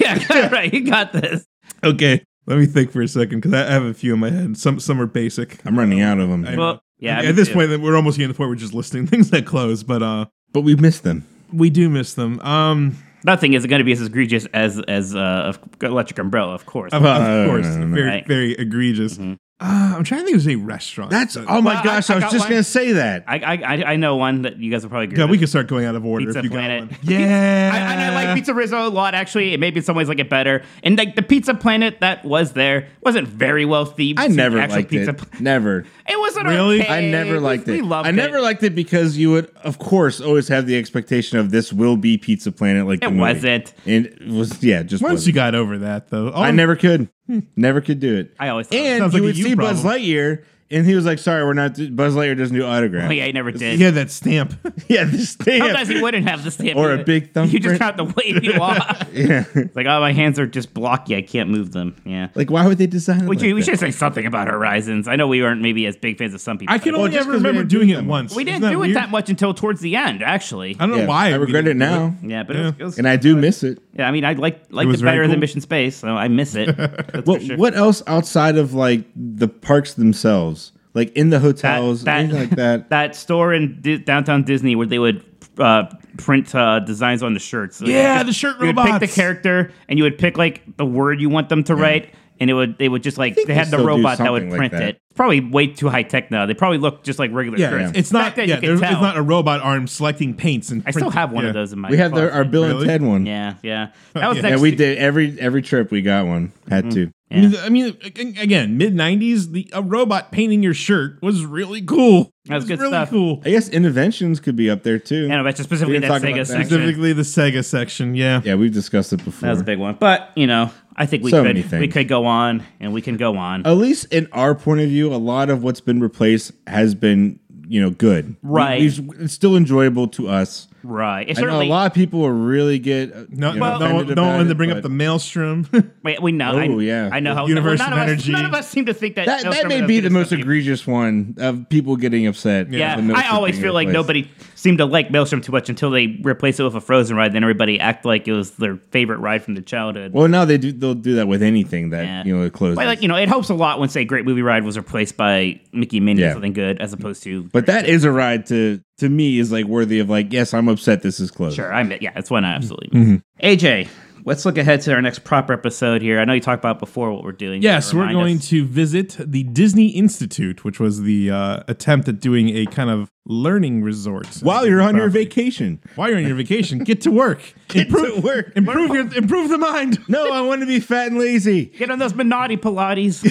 Speaker 4: yeah, all right, you got this.
Speaker 3: okay, let me think for a second because I I have a few in my head. Some some are basic.
Speaker 5: I'm running out of them,
Speaker 4: Well, yeah. me
Speaker 3: At this
Speaker 4: too.
Speaker 3: point, we're almost getting to the point where we're just listing things that close, but uh,
Speaker 5: but we missed them.
Speaker 3: we do miss them. Um,
Speaker 4: nothing is going to be as egregious as as uh, of Electric Umbrella, of course.
Speaker 5: Uh-huh.
Speaker 3: of, of
Speaker 5: no,
Speaker 3: course,
Speaker 5: Uh, no, no, no.
Speaker 3: very
Speaker 4: Right. Mm-hmm.
Speaker 3: very egregious. Uh, I'm trying to think of any restaurant.
Speaker 5: That's
Speaker 3: but-
Speaker 5: oh my
Speaker 4: Well, I-
Speaker 5: gosh! I,
Speaker 4: I
Speaker 5: was
Speaker 4: got
Speaker 5: just
Speaker 4: one.
Speaker 5: gonna say that.
Speaker 4: I, I I- I know one that you guys will probably agree.
Speaker 3: yeah,
Speaker 4: with.
Speaker 3: we can start going out of order
Speaker 4: Pizza
Speaker 3: if you got
Speaker 4: Planet.
Speaker 3: one. Yeah,
Speaker 4: I, and I like Pizza Rizzo a lot, actually. It maybe in some ways like it better. And like the Pizza Planet that was there wasn't very well themed.
Speaker 5: I
Speaker 4: to
Speaker 5: never
Speaker 4: actual
Speaker 5: liked
Speaker 4: pizza
Speaker 5: it.
Speaker 4: pla-
Speaker 5: Never.
Speaker 4: It wasn't
Speaker 3: Really?
Speaker 4: okay.
Speaker 5: I never
Speaker 4: We-
Speaker 5: liked
Speaker 4: We
Speaker 5: it.
Speaker 4: loved
Speaker 5: I never
Speaker 4: it.
Speaker 5: liked it because you would, of course, always have the expectation of this will be Pizza Planet. Like the
Speaker 4: It
Speaker 5: movie.
Speaker 4: wasn't.
Speaker 5: and it was yeah. Just
Speaker 3: Once
Speaker 5: wasn't.
Speaker 3: you got over that, though, Oh, all
Speaker 5: I never could, never could do it.
Speaker 4: Hmm. I always thought it
Speaker 5: and
Speaker 3: Sounds
Speaker 5: you
Speaker 3: like a
Speaker 5: would
Speaker 3: you
Speaker 5: see Buzz
Speaker 3: problem.
Speaker 5: Lightyear, and he was like, "Sorry, we're not. Buzz Lightyear doesn't do autographs."
Speaker 4: Oh, yeah, I never did.
Speaker 3: Yeah, that stamp.
Speaker 5: yeah, this thing.
Speaker 4: Sometimes he wouldn't have the stamp.
Speaker 5: Or a
Speaker 4: either.
Speaker 5: big
Speaker 4: You just
Speaker 5: thumbprint.
Speaker 4: have to wave you off.
Speaker 5: Yeah.
Speaker 4: It's like, oh, my hands are just blocky. I can't move them. Yeah.
Speaker 5: Like, why would they design it?
Speaker 4: We,
Speaker 5: like
Speaker 4: should, we
Speaker 5: that?
Speaker 4: should say something about Horizons. I know we weren't maybe as big fans of some people.
Speaker 3: I can
Speaker 5: Well,
Speaker 3: only
Speaker 5: just
Speaker 3: ever
Speaker 5: 'cause we
Speaker 3: remember
Speaker 5: didn't do
Speaker 3: doing
Speaker 5: that
Speaker 3: it
Speaker 5: much.
Speaker 3: once.
Speaker 4: we
Speaker 3: Isn't
Speaker 4: didn't do it
Speaker 3: weird?
Speaker 4: that much until towards the end, actually.
Speaker 3: I don't
Speaker 5: Yeah,
Speaker 3: know why.
Speaker 5: I
Speaker 3: we
Speaker 5: regret it
Speaker 3: didn't do
Speaker 5: now,
Speaker 4: yeah, but
Speaker 3: Yeah.
Speaker 4: It, was, it
Speaker 5: and
Speaker 4: was.
Speaker 5: I do miss it.
Speaker 4: Yeah, I mean, I like liked
Speaker 3: was
Speaker 4: it better
Speaker 3: very
Speaker 4: than
Speaker 3: cool.
Speaker 4: Mission Space, so I miss it. That's for
Speaker 5: What
Speaker 4: sure.
Speaker 5: What else outside of like the parks themselves, like in the hotels, anything like that?
Speaker 4: that store in Di- downtown Disney where they would uh, print uh, designs on the shirts. So
Speaker 3: Yeah,
Speaker 4: you-
Speaker 3: the shirt
Speaker 4: you would pick
Speaker 3: robots.
Speaker 4: the character, and you would pick like the word you want them to write, and it would they would just like
Speaker 5: think
Speaker 4: they
Speaker 5: they
Speaker 4: had the
Speaker 5: still do
Speaker 4: robot that would
Speaker 5: something like
Speaker 4: print
Speaker 5: that.
Speaker 4: it. It's probably way too high tech now. They probably look just like regular
Speaker 3: Yeah,
Speaker 4: shirts.
Speaker 3: it's- it's not.
Speaker 4: Back then,
Speaker 3: Yeah,
Speaker 4: you could
Speaker 3: there- it's
Speaker 4: tell.
Speaker 3: not a robot arm selecting paints and.
Speaker 4: I still
Speaker 3: printing.
Speaker 4: have one
Speaker 3: Yeah.
Speaker 4: of those in my.
Speaker 5: we have their, our
Speaker 4: closet.
Speaker 5: Bill
Speaker 3: Really?
Speaker 5: and Ted one.
Speaker 4: Yeah, yeah. That was
Speaker 3: Yeah,
Speaker 4: next.
Speaker 5: And we
Speaker 4: to- Mm.
Speaker 5: did every every trip we got one. Had to.
Speaker 3: I mean, I mean, ag- again, mid '90s, the a robot painting your shirt was really cool.
Speaker 4: That was
Speaker 3: It
Speaker 4: good
Speaker 3: really
Speaker 4: stuff.
Speaker 3: cool.
Speaker 5: I guess interventions could be up there too.
Speaker 4: And that's specifically
Speaker 5: We
Speaker 4: that
Speaker 5: didn't talk
Speaker 4: Sega
Speaker 5: about that.
Speaker 4: section.
Speaker 3: Specifically, the Sega section. Yeah.
Speaker 5: yeah, we've discussed it before.
Speaker 4: That was a big one, but you know, I think we
Speaker 5: So many
Speaker 4: could we
Speaker 5: things. Uh,
Speaker 4: could go on and we can go on.
Speaker 5: At least in our point of view, a lot of what's been replaced has been you know good. We-
Speaker 4: Right.
Speaker 5: we've- it's still enjoyable to us.
Speaker 4: right? It
Speaker 5: I know a
Speaker 4: certainly-
Speaker 5: lot of people will really get uh,
Speaker 3: No,
Speaker 5: you know,
Speaker 3: no, don't,
Speaker 5: offended
Speaker 3: don't
Speaker 5: about
Speaker 3: want to
Speaker 5: it,
Speaker 3: bring
Speaker 5: but-
Speaker 3: up the maelstrom.
Speaker 4: Wait, we know. I,
Speaker 5: Oh, yeah.
Speaker 4: I know how.
Speaker 3: Universe
Speaker 4: none
Speaker 3: of
Speaker 4: us-
Speaker 3: Energy.
Speaker 4: none of us seem to think that.
Speaker 5: That,
Speaker 4: Nostromo
Speaker 5: that may
Speaker 4: knows
Speaker 5: be
Speaker 4: who
Speaker 5: the
Speaker 4: this
Speaker 5: most
Speaker 4: is.
Speaker 5: egregious one of people getting upset.
Speaker 4: Yeah,
Speaker 5: with
Speaker 4: I
Speaker 5: Maelstrom
Speaker 4: always
Speaker 5: being
Speaker 4: feel like
Speaker 5: replaced.
Speaker 4: nobody seemed to like Maelstrom too much until they replaced it with a Frozen ride. Then everybody act like it was their favorite ride from the childhood.
Speaker 5: Well, now they do. They'll do that with anything that
Speaker 4: Yeah.
Speaker 5: you know it closes.
Speaker 4: but like you know, it helps a lot when say Great Movie Ride was replaced by Mickey Minnie or
Speaker 5: Yeah.
Speaker 4: something good, as opposed to.
Speaker 5: but that is a ride to to me is like worthy of like yes, I'm upset. This is closed.
Speaker 4: Sure, I mean, yeah, it's one I absolutely.
Speaker 5: Mm-hmm.
Speaker 4: miss. AJ, let's look ahead to our next proper episode here. I know you talked about before what we're doing.
Speaker 3: Yes, we're
Speaker 4: Remind
Speaker 3: going
Speaker 4: us.
Speaker 3: to visit the Disney Institute, which was the uh, attempt at doing a kind of learning resort.
Speaker 5: While you're on your
Speaker 3: Property.
Speaker 5: vacation.
Speaker 3: while you're on your vacation, get to work.
Speaker 5: Get to work.
Speaker 3: Improve your improve the mind.
Speaker 5: No, I want to be fat and lazy.
Speaker 4: get on those Minotti Pilates.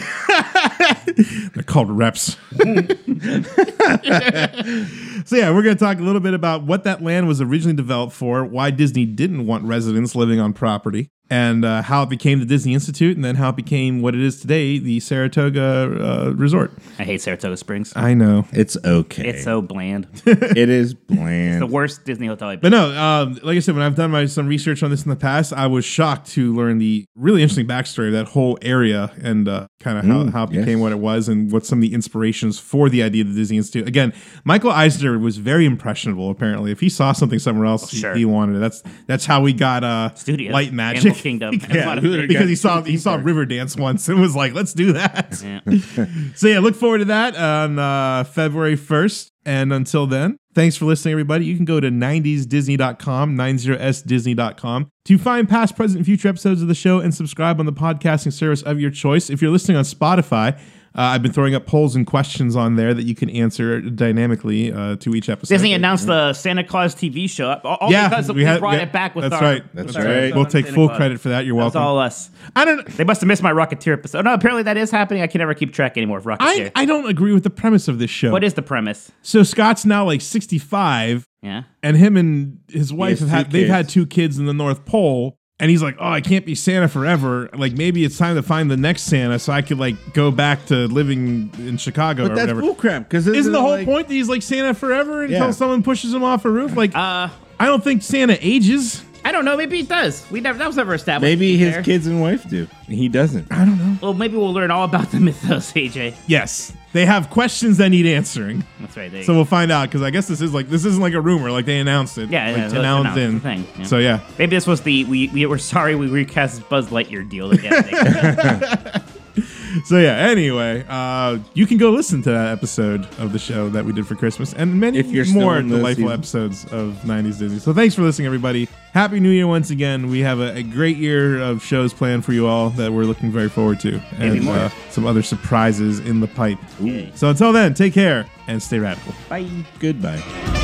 Speaker 3: They're called reps. So yeah, we're going to talk a little bit about what that land was originally developed for, why Disney didn't want residents living on property, and uh, how it became the Disney Institute, and then how it became what it is today, the Saratoga uh, Resort.
Speaker 4: I hate Saratoga Springs.
Speaker 3: I know.
Speaker 5: It's okay.
Speaker 4: It's so bland.
Speaker 5: it is bland.
Speaker 4: the worst Disney hotel I've
Speaker 3: But
Speaker 4: been.
Speaker 3: no, um, like I said, when I've done my some research on this in the past, I was shocked to learn the really interesting backstory of that whole area and uh, kind of how, how it
Speaker 5: yes.
Speaker 3: became what it was and what some of the inspirations for the idea of the Disney Institute. Again, Michael Eisner was very impressionable. Apparently, if he saw something somewhere else, he-
Speaker 4: Oh, Sure.
Speaker 3: he, wanted it. That's that's how we got uh,
Speaker 4: Studios,
Speaker 3: light magic,
Speaker 4: Animal Kingdom.
Speaker 3: yeah,
Speaker 4: That's what it-
Speaker 3: because he saw he saw River Dance once and was like, let's do that.
Speaker 4: Yeah.
Speaker 3: So yeah, look forward to that on uh, February 1st. And until then, thanks for listening, everybody. You can go to 90sdisney.com, 90sdisney.com to find past, present, and future episodes of the show and subscribe on the podcasting service of your choice. If you're listening on Spotify, uh, I've been throwing up polls and questions on there that you can answer dynamically uh, to each episode.
Speaker 4: Disney announced the Santa Claus TV show. All, all
Speaker 3: yeah,
Speaker 4: because we,
Speaker 3: had-
Speaker 4: brought
Speaker 3: yeah,
Speaker 4: it back with
Speaker 3: that's
Speaker 4: our.
Speaker 3: right.
Speaker 5: That's
Speaker 3: That's
Speaker 5: right.
Speaker 3: right. We'll take
Speaker 4: Santa
Speaker 3: full
Speaker 4: Claus.
Speaker 3: credit for that. You're
Speaker 4: That's
Speaker 3: welcome.
Speaker 4: all us.
Speaker 3: I don't.
Speaker 4: They must have missed my Rocketeer episode. Oh, no, apparently that is happening. I can never keep track anymore of Rocketeer.
Speaker 3: I, I don't agree with the premise of this show.
Speaker 4: what is the premise?
Speaker 3: so Scott's now like 65,
Speaker 4: Yeah.
Speaker 3: and him and his wife have
Speaker 5: has
Speaker 3: had
Speaker 5: two
Speaker 3: they've
Speaker 5: kids.
Speaker 3: had two kids in the North Pole, and he's like, "Oh, I can't be Santa forever. Like maybe it's time to find the next Santa so I could like go back to living in Chicago
Speaker 5: but
Speaker 3: or
Speaker 5: that's
Speaker 3: whatever."
Speaker 5: bull crap. Because
Speaker 3: Isn't the whole point that he's like Santa forever until
Speaker 5: Yeah.
Speaker 3: someone pushes him off a roof? Like,
Speaker 4: Uh,
Speaker 3: I don't think Santa ages.
Speaker 4: I don't know. Maybe it does. We never that was never established.
Speaker 5: Maybe his
Speaker 4: There.
Speaker 5: kids and wife do. He doesn't.
Speaker 4: Well, maybe we'll learn all about the mythos, AJ.
Speaker 3: Yes, they have questions that need answering,
Speaker 4: That's right. There you
Speaker 3: so
Speaker 4: go.
Speaker 3: we'll find out. Because I guess this is like this isn't like a rumor. Like they announced it. like,
Speaker 4: Yeah, yeah,
Speaker 3: ten
Speaker 4: it's announced,
Speaker 3: hours in.
Speaker 4: it's a thing, yeah.
Speaker 3: So yeah,
Speaker 4: Maybe this was the we, we were sorry we recast Buzz Lightyear deal. That they
Speaker 3: So yeah. Anyway, uh, you can go listen to that episode of the show that we did for Christmas, and many
Speaker 5: If you're still
Speaker 3: more
Speaker 5: in the
Speaker 3: delightful
Speaker 5: season.
Speaker 3: episodes of '90s Disney. So thanks for listening, everybody. Happy New Year once again. We have a, a great year of shows planned for you all that we're looking very forward to, and
Speaker 4: more.
Speaker 3: uh, some other surprises in the pipe.
Speaker 5: Ooh.
Speaker 3: So until then, take care and stay radical.
Speaker 4: Bye.
Speaker 5: Goodbye.